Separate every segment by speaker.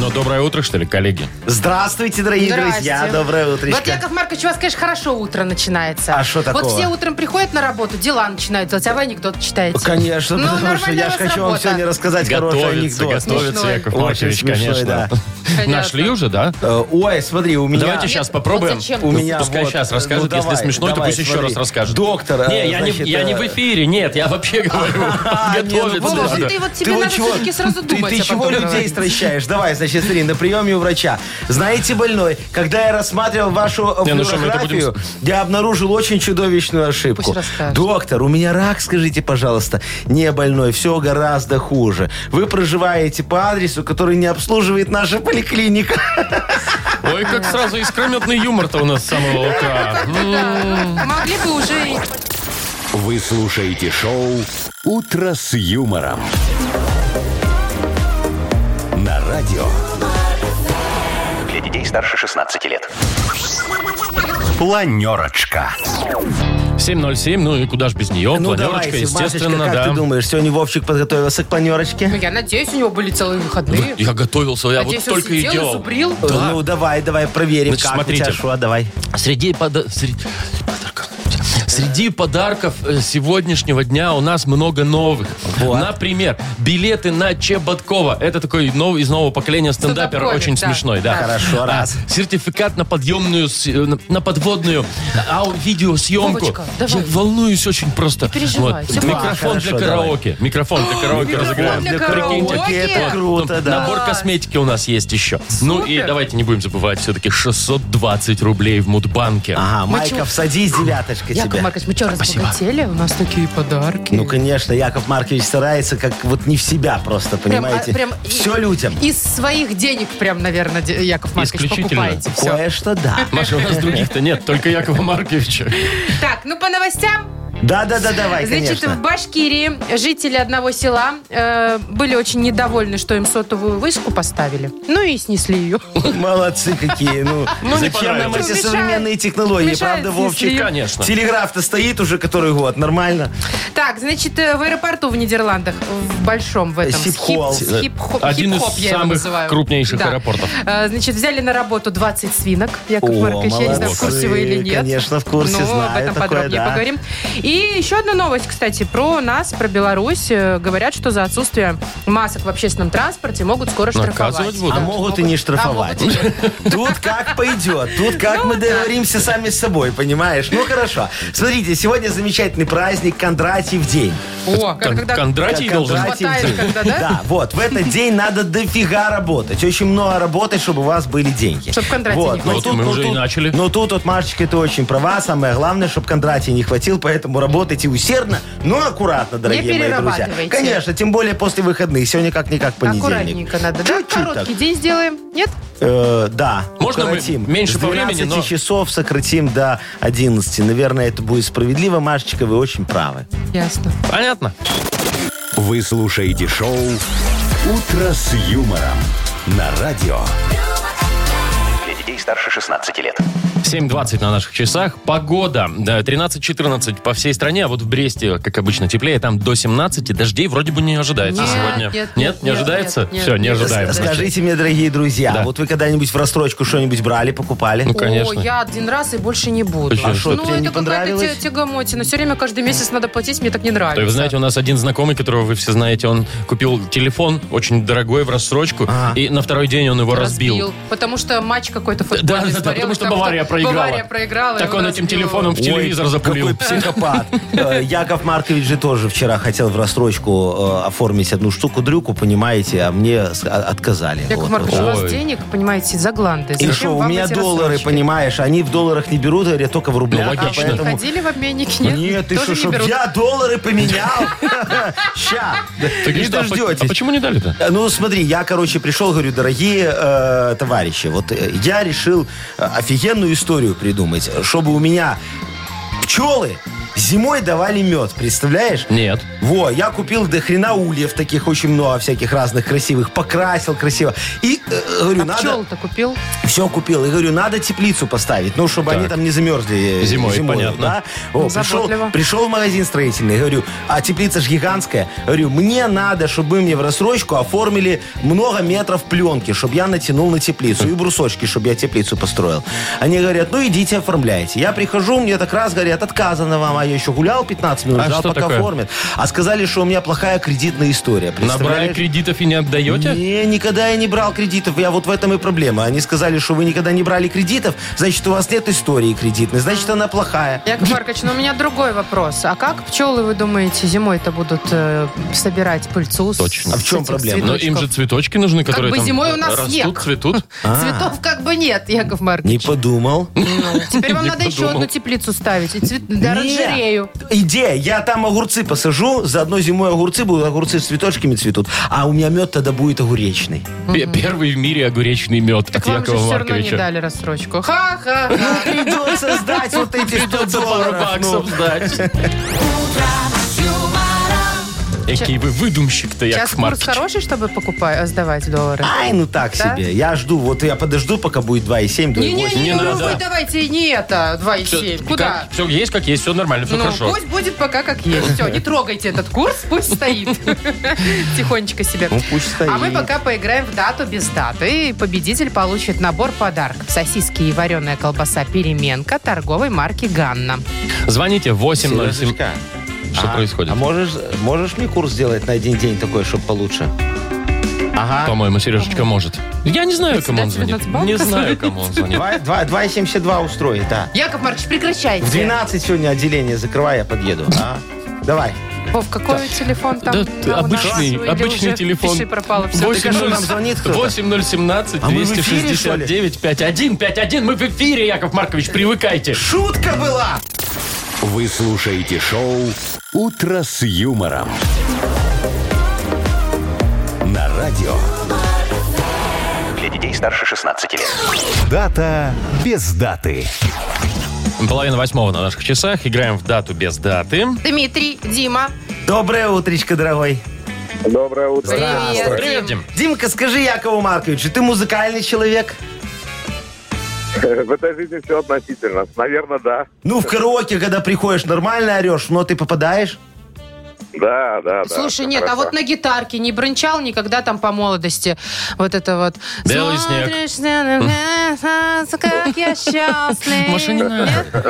Speaker 1: Но Ну, доброе утро, что ли, коллеги?
Speaker 2: Здравствуйте, дорогие
Speaker 3: Здрасте.
Speaker 2: друзья. Доброе
Speaker 3: Вот,
Speaker 2: утречко.
Speaker 3: Яков Маркович, у вас, конечно, хорошо утро начинается.
Speaker 2: А что такого?
Speaker 3: Вот все утром приходят на работу, дела начинают делать, а вы анекдот читаете.
Speaker 2: Конечно,
Speaker 3: Ну,
Speaker 2: потому что
Speaker 3: нормальная
Speaker 2: я
Speaker 3: у
Speaker 2: же
Speaker 3: вас
Speaker 2: хочу вам
Speaker 3: работа.
Speaker 2: сегодня рассказать хороший
Speaker 1: Готовится,
Speaker 2: анекдот.
Speaker 1: готовится,
Speaker 3: Смешной.
Speaker 1: Яков
Speaker 2: Очень
Speaker 1: Маркович,
Speaker 2: смешной,
Speaker 1: конечно.
Speaker 2: да.
Speaker 3: Понятно.
Speaker 1: Нашли уже, да?
Speaker 2: Э, Ой, смотри, у меня...
Speaker 1: Давайте сейчас попробуем.
Speaker 3: Вот зачем?
Speaker 2: У меня
Speaker 1: Пускай
Speaker 2: вот,
Speaker 1: сейчас
Speaker 2: э,
Speaker 1: расскажет,
Speaker 2: ну,
Speaker 1: если
Speaker 2: давай,
Speaker 1: смешно, то
Speaker 2: давай,
Speaker 1: пусть еще
Speaker 2: смотри.
Speaker 1: раз расскажет.
Speaker 2: Доктор, э,
Speaker 1: Не, я,
Speaker 2: значит,
Speaker 1: не, я не в
Speaker 2: э, ну,
Speaker 1: эфире, нет, я вообще говорю,
Speaker 2: Готовится.
Speaker 1: подготовиться
Speaker 3: Вова,
Speaker 1: надо.
Speaker 3: ты вот тебе надо всё-таки сразу
Speaker 2: ты,
Speaker 3: думать,
Speaker 2: Ты
Speaker 3: а
Speaker 2: чего
Speaker 3: потом
Speaker 2: людей
Speaker 3: говорить.
Speaker 2: стращаешь? Давай, значит, смотри, на приеме у врача. Знаете, больной, когда я рассматривал вашу э,
Speaker 1: Не, ну что, мы это будем
Speaker 2: флюорографию, я обнаружил очень чудовищную ошибку.
Speaker 3: Пусть расскажет.
Speaker 2: Доктор, у меня рак, скажите, пожалуйста. Не больной, все гораздо хуже. Вы проживаете по адресу, который не обслуживает наша поликлиника.
Speaker 1: Ой, как сразу искрометный юмор-то у нас с самого утра.
Speaker 3: Да. ну, Могли бы уже... и-
Speaker 4: Вы слушаете шоу «Утро с юмором». На радио. Для детей старше 16 лет. Планерочка.
Speaker 1: 7.07, ну и куда ж без нее, планерочка,
Speaker 2: давайте,
Speaker 1: естественно,
Speaker 2: Машечка, как
Speaker 1: да.
Speaker 2: ты думаешь, сегодня Вовчик подготовился к
Speaker 3: Ну,
Speaker 2: планерочке?
Speaker 3: я надеюсь, у него были целые выходные.
Speaker 1: Ну, Я готовился, я вот
Speaker 3: Надеюсь, он
Speaker 1: только и
Speaker 3: сидел
Speaker 1: делал.
Speaker 3: зубрил.
Speaker 1: Да.
Speaker 2: Ну, давай, давай, проверим,
Speaker 1: Значит,
Speaker 2: как
Speaker 1: смотрите.
Speaker 2: у тебя шо, давай.
Speaker 1: А Среди, пода- среди- подарков. Среди подарков э, сегодняшнего дня у нас много новых.
Speaker 2: Вот.
Speaker 1: Например, билеты на Чеботкова. Это такой новый из нового поколения стендапер,
Speaker 3: Стендап-комик,
Speaker 1: очень
Speaker 3: да.
Speaker 1: смешной, да. А,
Speaker 2: Хорошо, раз.
Speaker 1: Сертификат на подъемную, с- э, на- на подводную ау- видеосъемку.
Speaker 3: Вовочка, давай.
Speaker 1: Я волнуюсь очень просто.
Speaker 3: переживай, всё
Speaker 2: будет.
Speaker 1: Микрофон
Speaker 2: Хорошо,
Speaker 1: для
Speaker 2: давай.
Speaker 1: караоке. Микрофон для караоке
Speaker 3: микрофон
Speaker 1: разыграем.
Speaker 3: для
Speaker 1: Э, Прикиньте.
Speaker 3: караоке?
Speaker 2: это
Speaker 3: Вот.
Speaker 2: круто,
Speaker 1: Там
Speaker 2: да.
Speaker 1: Набор косметики у нас есть еще. Ну и давайте не будем забывать все-таки 620 рублей в Мудбанке.
Speaker 2: Ага,
Speaker 3: Мы чего-
Speaker 2: Майков, садись, девяточка
Speaker 3: Яков
Speaker 2: тебе.
Speaker 3: Маркович, мы что, разбогатели? У нас такие подарки.
Speaker 2: Ну, конечно, Яков Маркович старается как вот не в себя просто,
Speaker 3: Прям, а,
Speaker 2: понимаете?
Speaker 3: прям и-
Speaker 2: Все людям.
Speaker 3: Из своих денег прям, наверное, Де- Яков Маркович,
Speaker 1: Исключительно.
Speaker 3: покупаете все.
Speaker 2: Кое-что да.
Speaker 1: Маша, у нас других-то нет, только Якова Марковича.
Speaker 3: Так, ну по новостям.
Speaker 2: Да-да-да, давай,
Speaker 3: Значит, в
Speaker 2: конечно.
Speaker 3: Башкирии жители одного села э, были очень недовольны, что им сотовую вышку поставили. Ну и снесли ее.
Speaker 2: Молодцы какие. Ну,
Speaker 1: не
Speaker 2: зачем нам
Speaker 1: понравилось.
Speaker 2: эти
Speaker 3: Мешает.
Speaker 2: современные технологии,
Speaker 3: Мешает,
Speaker 2: правда,
Speaker 3: снесли.
Speaker 2: Вовчик?
Speaker 1: Конечно.
Speaker 2: Телеграф-то стоит уже который год, нормально.
Speaker 3: Так, значит, э, в аэропорту в Нидерландах, в большом в этом,
Speaker 2: Сипхол.
Speaker 3: хип- хип-хоп-
Speaker 1: Один из
Speaker 3: хип-хоп я его
Speaker 1: самых
Speaker 3: называю.
Speaker 1: крупнейших
Speaker 3: Да.
Speaker 1: аэропортов.
Speaker 3: Э, Значит, взяли на работу 20 свинок. Яков
Speaker 2: О,
Speaker 3: Маркович, я не знаю, в
Speaker 2: молодцы,
Speaker 3: курсе вы или нет.
Speaker 2: конечно, в курсе,
Speaker 3: Но об
Speaker 2: знаю
Speaker 3: этом
Speaker 2: такое,
Speaker 3: подробнее
Speaker 2: да.
Speaker 3: поговорим. И еще одна новость, кстати, про нас, про Беларусь. Э, Говорят, что за отсутствие масок в общественном транспорте могут скоро
Speaker 1: Наказывать
Speaker 3: штрафовать.
Speaker 1: Ну, будут.
Speaker 2: А
Speaker 1: Да,
Speaker 2: могут и не штрафовать. Тут как пойдет, тут как
Speaker 3: Ну
Speaker 2: мы договоримся сами с собой, понимаешь? Ну хорошо. Смотрите, сегодня замечательный праздник Кондратьев день.
Speaker 3: О, как
Speaker 1: Кон-
Speaker 3: когда-
Speaker 1: Кондратий
Speaker 2: Как
Speaker 1: должен быть.
Speaker 2: Кондратий
Speaker 3: Хватает
Speaker 2: день.
Speaker 3: когда, да?
Speaker 2: вот. В этот день надо дофига работать. Очень много работать, чтобы у вас были деньги.
Speaker 3: Чтоб Кондратий не
Speaker 2: но
Speaker 1: хватило. Ну, Вот мы уже и начали.
Speaker 2: Но ну тут, вот, Машечка, ты очень права. Самое главное, чтобы Кондратий не хватил, поэтому работайте усердно, но аккуратно, дорогие мои друзья.
Speaker 3: перерабатывайте.
Speaker 2: Конечно, тем более после выходных. Сегодня как-никак понедельник.
Speaker 3: Аккуратненько надо, да?
Speaker 2: Чуть-чуть так.
Speaker 3: Короткий день сделаем, нет?
Speaker 2: Э, да.
Speaker 1: Можно мы
Speaker 2: укоротим.
Speaker 1: меньше
Speaker 2: С
Speaker 1: по времени,
Speaker 2: 12
Speaker 1: но-
Speaker 2: часов сократим до 11. Наверное, это будет справедливо. Машечка, вы очень правы.
Speaker 3: Ясно.
Speaker 1: Понятно?
Speaker 4: Вы слушаете шоу «Утро с юмором» на радио. Для детей старше 16 лет.
Speaker 1: 7.20 на наших часах. Погода. Да, 13-14 по всей стране. А вот в Бресте, как обычно, теплее. Там до 17. Дождей вроде бы не ожидается
Speaker 3: Нет,
Speaker 1: сегодня.
Speaker 3: нет, нет,
Speaker 1: не
Speaker 3: нет,
Speaker 1: ожидается?
Speaker 3: нет, нет.
Speaker 1: Все, не
Speaker 3: Нет,
Speaker 1: ожидаем.
Speaker 3: Знаете.
Speaker 2: Скажите мне, дорогие друзья,
Speaker 1: Да.
Speaker 2: вот вы когда-нибудь в рассрочку что-нибудь брали, покупали?
Speaker 1: Ну, конечно.
Speaker 3: О, я один раз и больше не буду.
Speaker 1: Почему? А что,
Speaker 3: ну,
Speaker 2: тебе
Speaker 3: это
Speaker 2: не
Speaker 3: какая-то те-
Speaker 2: понравилось?
Speaker 3: тягомотина. Все время каждый месяц надо платить, мне так не нравится.
Speaker 1: То есть, Вы знаете, у нас один знакомый, которого вы все знаете, он купил телефон очень дорогой в рассрочку,
Speaker 2: Ага.
Speaker 1: и на второй день он его разбил.
Speaker 3: Потому что матч какой-то
Speaker 1: Да,
Speaker 3: футбольный
Speaker 1: да, да,
Speaker 3: смотрел,
Speaker 1: потому что
Speaker 3: как-то
Speaker 1: Бавария проиграла.
Speaker 3: Бавария проиграла.
Speaker 1: Так
Speaker 3: и
Speaker 1: он
Speaker 3: разбил
Speaker 1: этим телефоном в
Speaker 2: Ой,
Speaker 1: телевизор запулил.
Speaker 2: Какой психопат. Э, Яков Маркович же тоже вчера хотел в рассрочку э, оформить одну штуку-дрюку, понимаете, а мне с- а- отказали.
Speaker 3: Яков
Speaker 2: Вот,
Speaker 3: Маркович,
Speaker 2: вот.
Speaker 3: у вас
Speaker 1: Ой.
Speaker 3: денег, понимаете, за гланды.
Speaker 2: И
Speaker 3: Зачем
Speaker 2: что, у
Speaker 3: вам
Speaker 2: меня
Speaker 3: эти
Speaker 2: доллары,
Speaker 3: рассрочки?
Speaker 2: понимаешь, они в долларах не берут, говорят, только в
Speaker 1: Ну,
Speaker 2: рублях.
Speaker 3: А
Speaker 1: логично.
Speaker 3: вы не ходили в обменник?
Speaker 1: Ну
Speaker 3: Нет,
Speaker 2: ты что,
Speaker 3: тоже не
Speaker 2: чтоб
Speaker 3: берут. А
Speaker 2: я доллары поменял? Ща.
Speaker 1: Ты
Speaker 2: Не
Speaker 1: говоришь, да, а по-
Speaker 2: дождетесь.
Speaker 1: А почему не дали-то?
Speaker 2: Э, Ну, смотри, я, короче, пришел, говорю, дорогие э, товарищи, вот э, я решил э, офигенную историю придумать, чтобы у меня пчелы Зимой давали мед, представляешь?
Speaker 1: Нет.
Speaker 2: Во, я купил до хрена ульев таких очень много всяких разных красивых, покрасил красиво. И э, говорю,
Speaker 3: А
Speaker 2: надо...
Speaker 3: пчел-то купил?
Speaker 2: Все купил. И говорю, надо теплицу поставить, ну, чтобы
Speaker 1: Так.
Speaker 2: они там не замерзли э,
Speaker 1: Зимой, понятно.
Speaker 2: да. О, пришел,
Speaker 3: Заботливо.
Speaker 2: пришел в магазин строительный, говорю, а теплица же гигантская. Говорю, мне надо, чтобы вы мне в рассрочку оформили много метров пленки, чтобы я натянул на теплицу. И брусочки, чтобы я теплицу построил. Они говорят, ну, идите оформляйте. Я прихожу, мне так раз говорят, отказано вам, а я еще гулял 15 минут,
Speaker 1: А
Speaker 2: ждал,
Speaker 1: что
Speaker 2: пока
Speaker 1: такое?
Speaker 2: оформят. А сказали, что у меня плохая кредитная история.
Speaker 1: Набрали
Speaker 2: представляешь?
Speaker 1: кредитов и не отдаете?
Speaker 2: Не, никогда я не брал кредитов. Я вот в этом и проблема. Они сказали, что вы никогда не брали кредитов, значит, у вас нет истории кредитной, значит, она плохая.
Speaker 3: Яков Маркович, ну у меня другой вопрос. А как пчелы, вы думаете, зимой-то будут э, собирать пыльцу? с-
Speaker 1: Точно.
Speaker 2: А в чем
Speaker 3: с этих
Speaker 2: проблема?
Speaker 1: Но им
Speaker 3: цветочков?
Speaker 1: же цветочки нужны, которые
Speaker 3: бы
Speaker 1: там
Speaker 3: зимой у нас
Speaker 1: растут,
Speaker 3: снег.
Speaker 1: цветут.
Speaker 3: Цветов как бы нет, Яков
Speaker 2: А. Не
Speaker 3: Маркович.
Speaker 2: подумал.
Speaker 3: Ну, Теперь вам
Speaker 1: Не
Speaker 3: надо еще
Speaker 1: подумал.
Speaker 3: одну теплицу ставить. И цвет... да,
Speaker 2: Не.
Speaker 3: оранжерею.
Speaker 2: Идея. Я там огурцы посажу, заодно зимой огурцы будут, огурцы с цветочками цветут. А у меня мед тогда будет огуречный.
Speaker 1: Пе- Первый в мире огуречный мед от
Speaker 3: Так вам же
Speaker 1: Якова
Speaker 3: все равно не
Speaker 1: Марковича.
Speaker 3: дали рассрочку. Ха-ха-ха.
Speaker 2: Придется сдать вот эти 100 долларов. ну.
Speaker 1: сдать. Какие вы выдумщик-то,
Speaker 3: Сейчас
Speaker 1: Яков
Speaker 3: курс
Speaker 1: Маркович.
Speaker 3: хороший, чтобы покупать, э, сдавать доллары?
Speaker 2: Ай, ну так
Speaker 3: Да?
Speaker 2: себе. Я жду, вот я подожду, пока будет 2,7, 2,8.
Speaker 1: Не
Speaker 3: Не-не-не, ну
Speaker 1: надо.
Speaker 3: вы давайте не это, 2,7. Куда?
Speaker 1: Все есть, как есть, все нормально, все
Speaker 3: Ну,
Speaker 1: хорошо.
Speaker 3: пусть будет пока как есть. Все, не трогайте этот курс, пусть стоит. Тихонечко себе.
Speaker 2: Ну, пусть стоит.
Speaker 3: А мы пока поиграем в дату без даты. И победитель получит набор подарков. Сосиски и вареная колбаса «Переменка» торговой марки «Ганна».
Speaker 1: Звоните 807.
Speaker 2: Сережечка,
Speaker 1: Что
Speaker 2: а-
Speaker 1: происходит?
Speaker 2: А можешь, можешь мне курс сделать на один день такой, чтобы получше? Ага.
Speaker 1: По-моему,
Speaker 2: А
Speaker 1: Сережечка может. Я не знаю, кому он
Speaker 3: Председатель
Speaker 1: звонит.
Speaker 3: Нацбанка
Speaker 1: Не знаю, кому он звонит.
Speaker 2: Два- два- 2,72 устроит, да.
Speaker 3: Яков Маркович,
Speaker 2: В
Speaker 3: прекращайте.
Speaker 2: 12 сегодня отделение закрывай, я подъеду. а? Давай.
Speaker 3: Вов, какой телефон там?
Speaker 1: Да,
Speaker 3: на- у нас?
Speaker 1: обычный,
Speaker 3: Или
Speaker 1: обычный
Speaker 3: уже
Speaker 1: телефон.
Speaker 3: пиши, пропало все.
Speaker 2: Восемь- что, нам звонит кто-то?
Speaker 1: 8017
Speaker 2: А мы в эфире, что ли?
Speaker 1: 269 51 51. Мы в эфире, Яков Маркович, привыкайте.
Speaker 2: Шутка была!
Speaker 4: Вы слушаете шоу «Утро с юмором». На радио.
Speaker 5: Для детей старше 16 лет.
Speaker 4: Дата без даты.
Speaker 1: Половина восьмого на наших часах. Играем в дату без даты.
Speaker 3: Дмитрий, Дима.
Speaker 2: Доброе утречко, дорогой.
Speaker 6: Доброе утро.
Speaker 3: Привет,
Speaker 1: Привет,
Speaker 3: Дим.
Speaker 1: Дим.
Speaker 2: Димка, скажи Якову Марковичу, ты музыкальный человек?
Speaker 6: В этой жизни все относительно. Наверное, да.
Speaker 2: Ну, в караоке, когда приходишь, нормально орешь, но ты попадаешь?
Speaker 6: Да, да, да.
Speaker 3: Слушай,
Speaker 6: всё
Speaker 3: нет, а
Speaker 6: хорошо.
Speaker 3: вот на гитарке не бренчал никогда там по молодости. Вот это вот.
Speaker 1: Белый снег.
Speaker 3: Смотришь на меня, как я счастлив.
Speaker 1: Маша, не надо.
Speaker 3: Нет,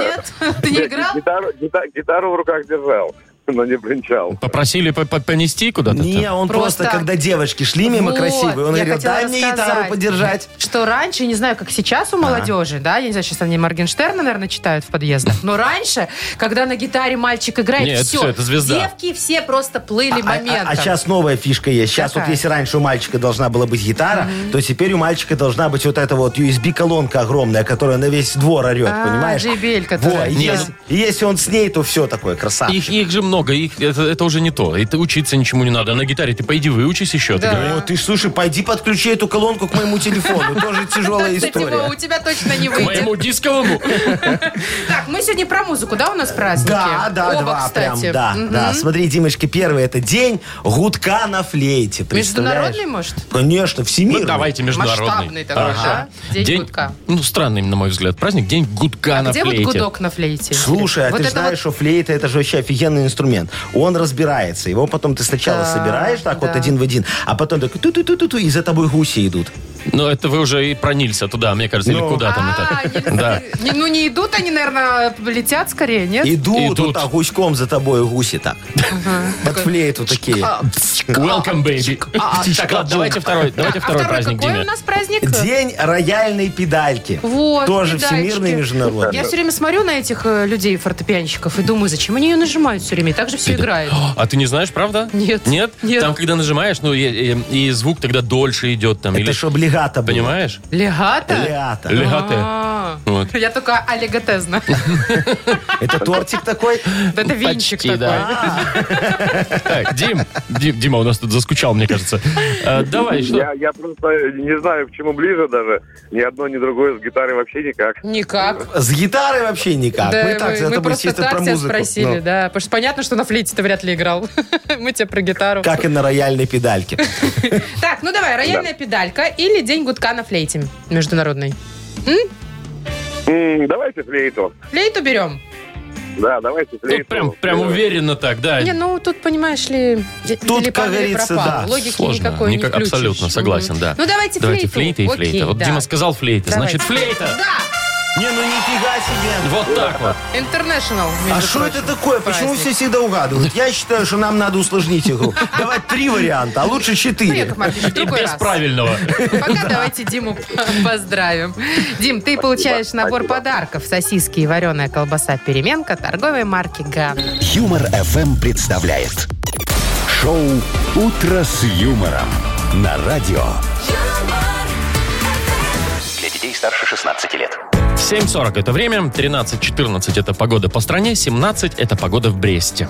Speaker 3: нет, ты не
Speaker 6: Я
Speaker 3: играл?
Speaker 6: Гитару, гита- гитару в руках держал, но не бренчал.
Speaker 1: Попросили по- по- понести куда-то?
Speaker 2: Не, он просто,
Speaker 3: Просто-
Speaker 2: когда девочки шли мимо
Speaker 3: Вот,
Speaker 2: красивые, он
Speaker 3: я
Speaker 2: говорил,
Speaker 3: хотела
Speaker 2: дай мне
Speaker 3: рассказать».
Speaker 2: гитару подержать.
Speaker 3: Что раньше, не знаю, как сейчас у молодежи, да, я не знаю, сейчас они Моргенштерна, наверное, читают в подъездах, но раньше, когда на гитаре мальчик играет,
Speaker 1: Нет, это
Speaker 3: все,
Speaker 1: всё, это звезда.
Speaker 3: девки все просто
Speaker 2: А-
Speaker 3: плыли
Speaker 2: А,
Speaker 3: моментом.
Speaker 2: сейчас новая фишка есть. Сейчас
Speaker 3: Какая?
Speaker 2: вот если раньше у мальчика должна была быть гитара, то теперь у мальчика должна быть вот эта вот USB-колонка огромная, которая на весь двор орет,
Speaker 3: А,
Speaker 2: понимаешь?
Speaker 3: JBL,
Speaker 2: Во,
Speaker 3: которая,
Speaker 2: и
Speaker 3: да.
Speaker 2: если, и если он с ней, то все такое, красавчик.
Speaker 1: Их, их же много, их, это, это уже не то. И ты учиться ничему не надо. На гитаре ты пойди выучись еще. ты
Speaker 3: Да.
Speaker 1: говоришь.
Speaker 2: О, ты ж, слушай, пойди подключи эту колонку к моему телефону. Тоже тяжелая
Speaker 3: Кстати, Вова, у
Speaker 2: история.
Speaker 3: тебя точно не
Speaker 1: К
Speaker 3: выйдет.
Speaker 1: моему дисковому.
Speaker 3: Так, мы сегодня про музыку, да, у нас праздники?
Speaker 2: Да, да,
Speaker 3: Оба,
Speaker 2: два
Speaker 3: кстати.
Speaker 2: прям, да,
Speaker 3: Мгм.
Speaker 2: да. Смотри, Димочка, первый это день гудка на флейте, представляешь?
Speaker 3: Международный, может?
Speaker 2: Конечно, всемирный.
Speaker 1: Ну, давайте международный.
Speaker 3: Масштабный такой,
Speaker 1: Ага.
Speaker 3: да? День гудка. А
Speaker 1: Ну, странный, на мой взгляд, праздник. День гудка на
Speaker 3: Где вот
Speaker 1: флейте.
Speaker 3: гудок на флейте?
Speaker 2: Слушай, а
Speaker 3: Вот
Speaker 2: ты
Speaker 3: это
Speaker 2: знаешь, что
Speaker 3: вот-
Speaker 2: флейта это же вообще офигенный инструмент. Он разбирается. Его потом ты сначала
Speaker 3: Да,
Speaker 2: собираешь так вот
Speaker 3: да.
Speaker 2: один в один, а потом так ту-ту-ту-ту, и за тобой гуси идут.
Speaker 1: Ну, это вы уже и про Нильса туда, мне кажется, или
Speaker 2: Ну.
Speaker 1: куда там
Speaker 3: А,
Speaker 1: это.
Speaker 3: не-
Speaker 1: Да.
Speaker 3: не- Ну, не идут они, наверное, летят скорее, нет?
Speaker 2: Идут,
Speaker 1: Идут.
Speaker 2: вот так гуськом за тобой гуси так. Под флейту такие.
Speaker 1: Welcome, baby. А, Так, ладно, давайте второй, давайте
Speaker 3: А
Speaker 1: второй праздник,
Speaker 3: какой
Speaker 1: Диме.
Speaker 3: у нас праздник?
Speaker 2: День рояльной педальки.
Speaker 3: Вот,
Speaker 2: Тоже
Speaker 3: педальчики.
Speaker 2: всемирный и международный.
Speaker 3: Я все время смотрю на этих э, людей, фортепианщиков, и думаю, зачем они ее нажимают все время, и так же все играет.
Speaker 1: А ты не знаешь, правда?
Speaker 3: Нет.
Speaker 1: Нет?
Speaker 3: Нет.
Speaker 1: Там, когда нажимаешь, ну, и, и- и звук тогда дольше идет там.
Speaker 2: Это
Speaker 1: или
Speaker 2: чтобы легато было.
Speaker 1: Понимаешь?
Speaker 3: Легато?
Speaker 2: Легато.
Speaker 1: Легаты.
Speaker 3: А.
Speaker 1: Вот.
Speaker 3: Я только олиготе знаю.
Speaker 2: Это тортик такой?
Speaker 3: Да Это венчик
Speaker 1: Почти,
Speaker 3: такой.
Speaker 1: да. Так, Дим, Ди- Дима у нас тут заскучал, мне кажется. Э, Давай, что?
Speaker 6: Я, я просто не знаю, к чему ближе даже. Ни одно, ни другое с гитарой вообще никак.
Speaker 3: Никак.
Speaker 2: С гитарой вообще никак.
Speaker 3: Да,
Speaker 2: мы так,
Speaker 3: мы,
Speaker 2: это мы
Speaker 3: просто
Speaker 2: чисто
Speaker 3: так
Speaker 2: про
Speaker 3: тебя
Speaker 2: музыку.
Speaker 3: спросили,
Speaker 2: Ну,
Speaker 3: да. Потому что понятно, что на флейте ты вряд ли играл. Мы тебе про гитару.
Speaker 2: Как и на рояльной педальке.
Speaker 3: Так, ну давай, рояльная педалька или день гудка на флейте международной.
Speaker 6: М, давайте флейту.
Speaker 3: Флейту берем.
Speaker 6: Да, давайте
Speaker 1: Ну,
Speaker 6: флейту.
Speaker 1: прям, прям уверенно так, да.
Speaker 3: Не, ну тут, понимаешь ли, де-
Speaker 2: Тут,
Speaker 3: Лепан
Speaker 2: как
Speaker 3: или
Speaker 2: говорится,
Speaker 3: пропал.
Speaker 2: да,
Speaker 3: Логики
Speaker 1: Сложно.
Speaker 3: никакой
Speaker 1: Никак-
Speaker 3: не включишь.
Speaker 1: абсолютно согласен,
Speaker 3: Мгм.
Speaker 1: да.
Speaker 3: Ну давайте,
Speaker 1: Давайте
Speaker 3: флейта
Speaker 1: флейта и флейта. Вот Дима сказал флейта, значит флейта.
Speaker 3: Да,
Speaker 2: Не, ну нифига себе.
Speaker 1: Вот так вот.
Speaker 3: International. между
Speaker 2: А что это
Speaker 3: прочим,
Speaker 2: такое? Почему
Speaker 3: праздник.
Speaker 2: все всегда угадывают? Я считаю, что нам надо усложнить игру. Давай три варианта, а лучше
Speaker 3: Ну,
Speaker 2: четыре.
Speaker 3: Яков Маркович, в
Speaker 1: И
Speaker 3: другой
Speaker 1: без
Speaker 3: раз.
Speaker 1: правильного.
Speaker 3: Пока давайте Диму поздравим. Дим, ты получаешь набор подарков. Сосиски и вареная колбаса «Переменка» торговой марки «Га».
Speaker 4: Юмор FM представляет шоу Утро с юмором на радио.
Speaker 5: Для детей старше 16 лет.
Speaker 1: 7.40 это время, 13.14 это погода по стране, 17 это погода в Бресте.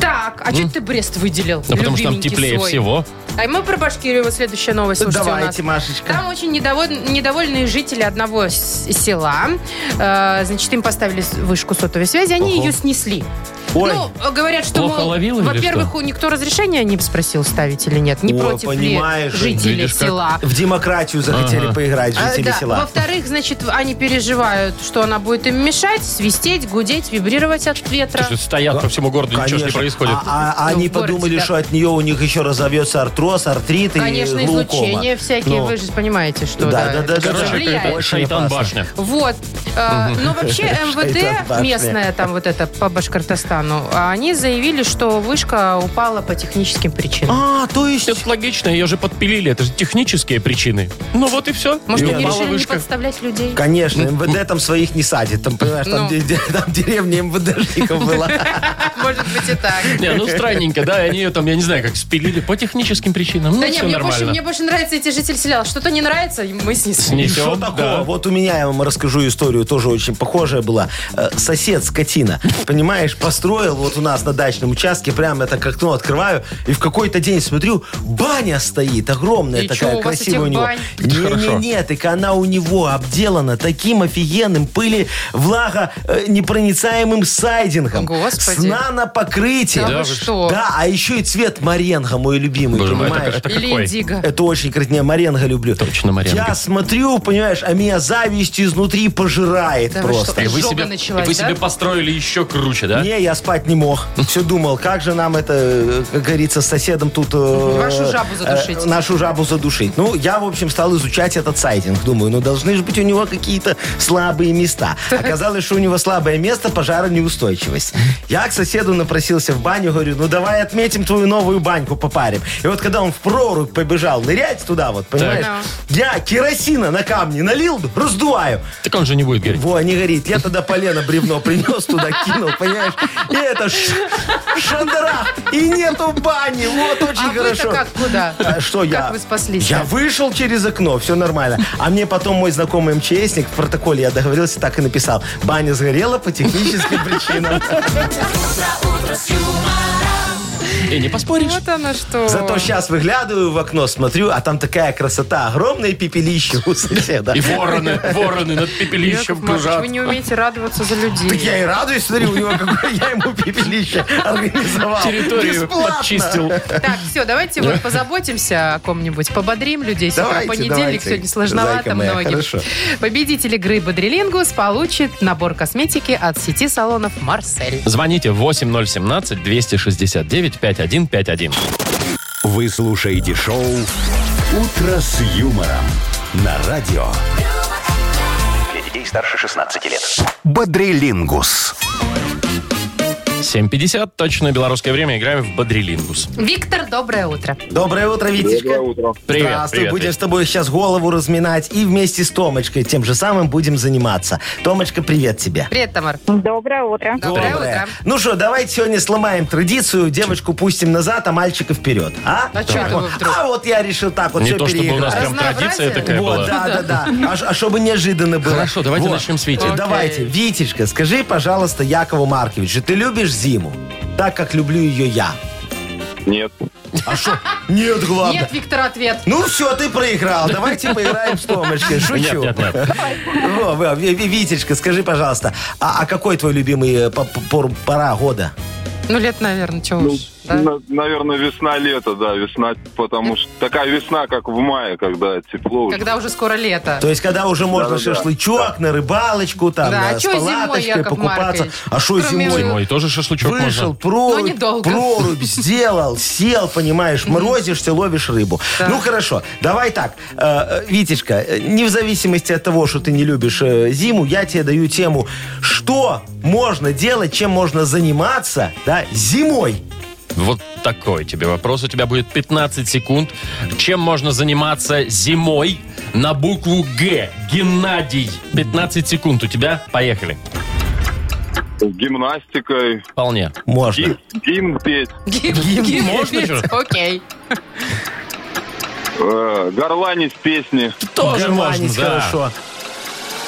Speaker 3: Так, а что ты Брест выделил?
Speaker 1: Ну, потому что там
Speaker 3: Любименький
Speaker 1: теплее
Speaker 3: свой.
Speaker 1: всего. Ну,
Speaker 3: А мы про Башкирию, вот следующая новость, слушайте у нас.
Speaker 2: Давайте, Машечка.
Speaker 3: Там очень недоволь- недовольные жители одного с- села. Э, значит, им поставили с- вышку сотовой связи, они ее снесли.
Speaker 2: Ой.
Speaker 3: Ну, э, говорят, что,
Speaker 1: Плохо
Speaker 3: мол,
Speaker 1: ловила или
Speaker 3: во-первых,
Speaker 1: что?
Speaker 3: у- никто разрешения не спросил, ставить или нет. Не
Speaker 2: О,
Speaker 3: против ли
Speaker 2: понимаешь,
Speaker 3: жители
Speaker 1: видишь, как
Speaker 3: села.
Speaker 2: В демократию захотели
Speaker 1: Ага.
Speaker 2: поиграть
Speaker 3: А,
Speaker 2: жители
Speaker 3: да.
Speaker 2: села.
Speaker 3: Во-вторых, значит, они переживают, что она будет им мешать, свистеть, гудеть, вибрировать от ветра.
Speaker 1: Потому что стоят по всему городу, ничего ж не
Speaker 2: Конечно.
Speaker 1: происходит.
Speaker 2: А, а- а
Speaker 3: Ну,
Speaker 2: они
Speaker 3: в городе,
Speaker 2: подумали,
Speaker 3: да.
Speaker 2: что от нее у них еще разовьется артроз, артрит
Speaker 3: Конечно,
Speaker 2: и глаукома.
Speaker 3: излучения всякие,
Speaker 2: Ну,
Speaker 3: вы же понимаете, что
Speaker 2: Да, да, да,
Speaker 3: это
Speaker 2: да,
Speaker 3: тоже
Speaker 2: да.
Speaker 1: Короче,
Speaker 3: влияет.
Speaker 1: какая-то
Speaker 2: Очень опасно.
Speaker 1: шайтан-башня.
Speaker 3: Вот. Э, Но вообще МВД
Speaker 2: Шайтан-башня.
Speaker 3: местная, там вот это по Башкортостану, а они заявили, что вышка упала по техническим причинам.
Speaker 2: А, то есть...
Speaker 1: Это логично, ее же подпилили, это же технические причины. Ну вот и все.
Speaker 3: Может,
Speaker 1: И
Speaker 3: они
Speaker 1: упала
Speaker 3: решили не
Speaker 1: вышка.
Speaker 3: подставлять людей?
Speaker 2: Конечно,
Speaker 1: Ну.
Speaker 2: МВД там своих не садит. Там, понимаешь, там,
Speaker 3: Ну.
Speaker 2: де- де- там деревня МВДшников была.
Speaker 3: Может быть и так.
Speaker 1: Не, ну странненько, да, и они ее там, я не знаю, как спилили по техническим причинам. Ну,
Speaker 3: Да нет,
Speaker 1: все
Speaker 3: мне больше,
Speaker 1: нормально.
Speaker 3: мне больше нравятся эти жители села. Что-то не нравится, и мы снесли.
Speaker 1: Снесем,
Speaker 2: Что
Speaker 1: да.
Speaker 2: такого? Вот у меня, я вам расскажу историю, тоже очень похожая была. Э, Сосед, скотина, понимаешь, построил вот у нас на дачном участке, прям я так окно открываю, и в какой-то день смотрю, баня стоит, огромная
Speaker 3: И
Speaker 2: такая,
Speaker 3: чё, у вас
Speaker 2: красивая у
Speaker 3: этих
Speaker 2: него.
Speaker 3: бань?
Speaker 1: хорошо.
Speaker 2: Не-не-не, так она у него обделана таким офигенным пыли влага э, непроницаемым сайдингом.
Speaker 3: Господи.
Speaker 2: С нанопокрытием.
Speaker 3: Да вы что?
Speaker 2: Да, а еще и цвет маренга, мой любимый,
Speaker 1: Боже мой, это-
Speaker 2: понимаешь?
Speaker 1: это
Speaker 3: Или
Speaker 1: какой?
Speaker 3: индиго.
Speaker 2: Это очень красиво. Не, Маренго люблю.
Speaker 1: Точно Маренго.
Speaker 2: Я смотрю, понимаешь, а меня зависть изнутри пожирает
Speaker 3: Да вы
Speaker 2: просто.
Speaker 1: И вы
Speaker 3: Жога
Speaker 1: себе,
Speaker 3: началась,
Speaker 1: и вы себе
Speaker 3: да?
Speaker 1: построили еще круче, да?
Speaker 2: Не, я спать не мог. Все думал, как же нам это, э, как говорится, с соседом тут... э,
Speaker 3: Вашу жабу
Speaker 2: э,
Speaker 3: задушить.
Speaker 2: нашу жабу задушить. Ну, я, в общем, стал изучать этот сайтинг. Думаю, ну, должны же быть у него какие-то слабые места. Оказалось, что у него слабое место пожаронеустойчивость. Я к соседу напросился в баню, говорю, ну, давай отметим твою новую баньку, попарим. И вот когда он в прорубь побежал нырять туда вот, понимаешь, я керосина на камни налил, раздуваю.
Speaker 1: Так он же не будет говорить.
Speaker 2: Во, не горит. Я тогда полено бревно принес туда, кинул, понимаешь? И это ш- шандарах. И нету бани. Вот очень
Speaker 3: А вы-то
Speaker 2: хорошо.
Speaker 3: как куда?
Speaker 2: А что
Speaker 3: как
Speaker 2: я?
Speaker 3: вы спаслись?
Speaker 2: Я вышел через окно, все нормально. А мне потом мой знакомый МЧСник в протоколе, я договорился, так и написал. Баня сгорела по техническим причинам.
Speaker 1: И «Э, не поспоришь.
Speaker 3: Вот оно что.
Speaker 2: Зато сейчас выглядываю в окно, смотрю, а там такая красота. Огромное пепелище у соседа.
Speaker 1: И вороны, вороны над
Speaker 3: Яков
Speaker 1: пепелищем
Speaker 3: Маркович,
Speaker 1: кружат.
Speaker 3: вы не умеете радоваться за
Speaker 2: Так
Speaker 3: людей.
Speaker 2: я и радуюсь, смотри, у него какое я ему пепелище организовал.
Speaker 1: Территорию
Speaker 2: Бесплатно.
Speaker 1: подчистил.
Speaker 3: Так, все, давайте вот позаботимся о ком-нибудь, пободрим людей. Сегодня
Speaker 2: Давайте,
Speaker 3: понедельник,
Speaker 2: давайте,
Speaker 3: сегодня сложновато
Speaker 2: зайка моя,
Speaker 3: многим.
Speaker 2: хорошо.
Speaker 3: Победитель игры «Бодрилингус» получит набор косметики от сети салонов «Марсель».
Speaker 1: Звоните 8017-269-5151.
Speaker 4: Вы слушаете шоу Утро с юмором на радио.
Speaker 5: Для детей старше 16 лет.
Speaker 4: Бодрилингус.
Speaker 1: 7.50, точно белорусское время, играем в Бодрилингус.
Speaker 3: Виктор, доброе утро.
Speaker 2: Доброе утро, Витечка.
Speaker 6: Доброе утро.
Speaker 1: Привет,
Speaker 2: Здравствуй,
Speaker 1: привет.
Speaker 2: будем с тобой сейчас голову разминать и вместе с Томочкой тем же самым будем заниматься. Томочка, привет тебе.
Speaker 3: Привет, Тамар.
Speaker 7: Доброе утро.
Speaker 3: Доброе утро.
Speaker 2: Ну что, давайте сегодня сломаем традицию, девочку пустим назад, а мальчика вперед. А?
Speaker 3: А чё это вы вдруг?
Speaker 2: А вот я решил так вот
Speaker 1: Не
Speaker 2: все
Speaker 1: то, чтобы у нас
Speaker 2: переиграть.
Speaker 1: прям традиция
Speaker 3: Разнообразие.
Speaker 1: такая
Speaker 2: Вот,
Speaker 1: была.
Speaker 2: да, да, да. А, ш- а чтобы неожиданно было.
Speaker 1: Хорошо, давайте начнем с Вити.
Speaker 2: Ну, Давайте, Витечка, скажи, пожалуйста, Якову Марковичу, ты любишь зиму? Так, как люблю ее я.
Speaker 6: Нет.
Speaker 2: А что? Нет, главное.
Speaker 3: Нет, Виктор, ответ.
Speaker 2: Ну все, ты проиграл. Давайте поиграем с Томочкой. Шучу.
Speaker 1: Нет, нет, нет.
Speaker 2: Во, во, Ви- Ви- Витечка, скажи, пожалуйста, а, а какой твой любимый э, по- по- пор- пора года?
Speaker 3: Ну, лет, наверное, чего уж. да?
Speaker 2: Ну,
Speaker 3: Э.
Speaker 6: наверное, весна-лето, да, весна, потому что такая весна, как в мае, когда тепло. уже.
Speaker 3: Когда уже скоро лето.
Speaker 2: ну. То есть, когда уже можно
Speaker 6: Да-да-да.
Speaker 2: шашлычок на рыбалочку, там,
Speaker 3: Да, а
Speaker 2: на- с
Speaker 3: чё зимой,
Speaker 2: палаточкой
Speaker 3: Яков
Speaker 2: покупаться.
Speaker 3: Маркович?
Speaker 2: А что
Speaker 3: Кроме
Speaker 2: зимой?
Speaker 1: Зимой тоже шашлычок
Speaker 2: Вышел,
Speaker 1: можно.
Speaker 3: Но
Speaker 2: прорубь,
Speaker 3: недолго.
Speaker 2: прорубь сделал, сел, понимаешь, морозишься, ловишь рыбу.
Speaker 3: Да.
Speaker 2: Ну хорошо, давай так, э, э, Витечка, э, не в зависимости от того, что ты не любишь э, зиму, я тебе даю тему, что можно делать, чем можно заниматься, да, зимой.
Speaker 1: Вот такой тебе вопрос. У тебя будет 15 секунд. Чем можно заниматься зимой на букву Г? Геннадий. 15 секунд у тебя. Поехали.
Speaker 6: Гимнастикой,
Speaker 1: Вполне.
Speaker 2: Можно.
Speaker 6: гим, гимн петь,
Speaker 3: Гимн
Speaker 1: Гимн
Speaker 3: петь.
Speaker 1: можно же?
Speaker 3: Окей.
Speaker 6: э, горланить песни,
Speaker 1: Тоже
Speaker 2: Горланить
Speaker 1: можно, да.
Speaker 2: хорошо.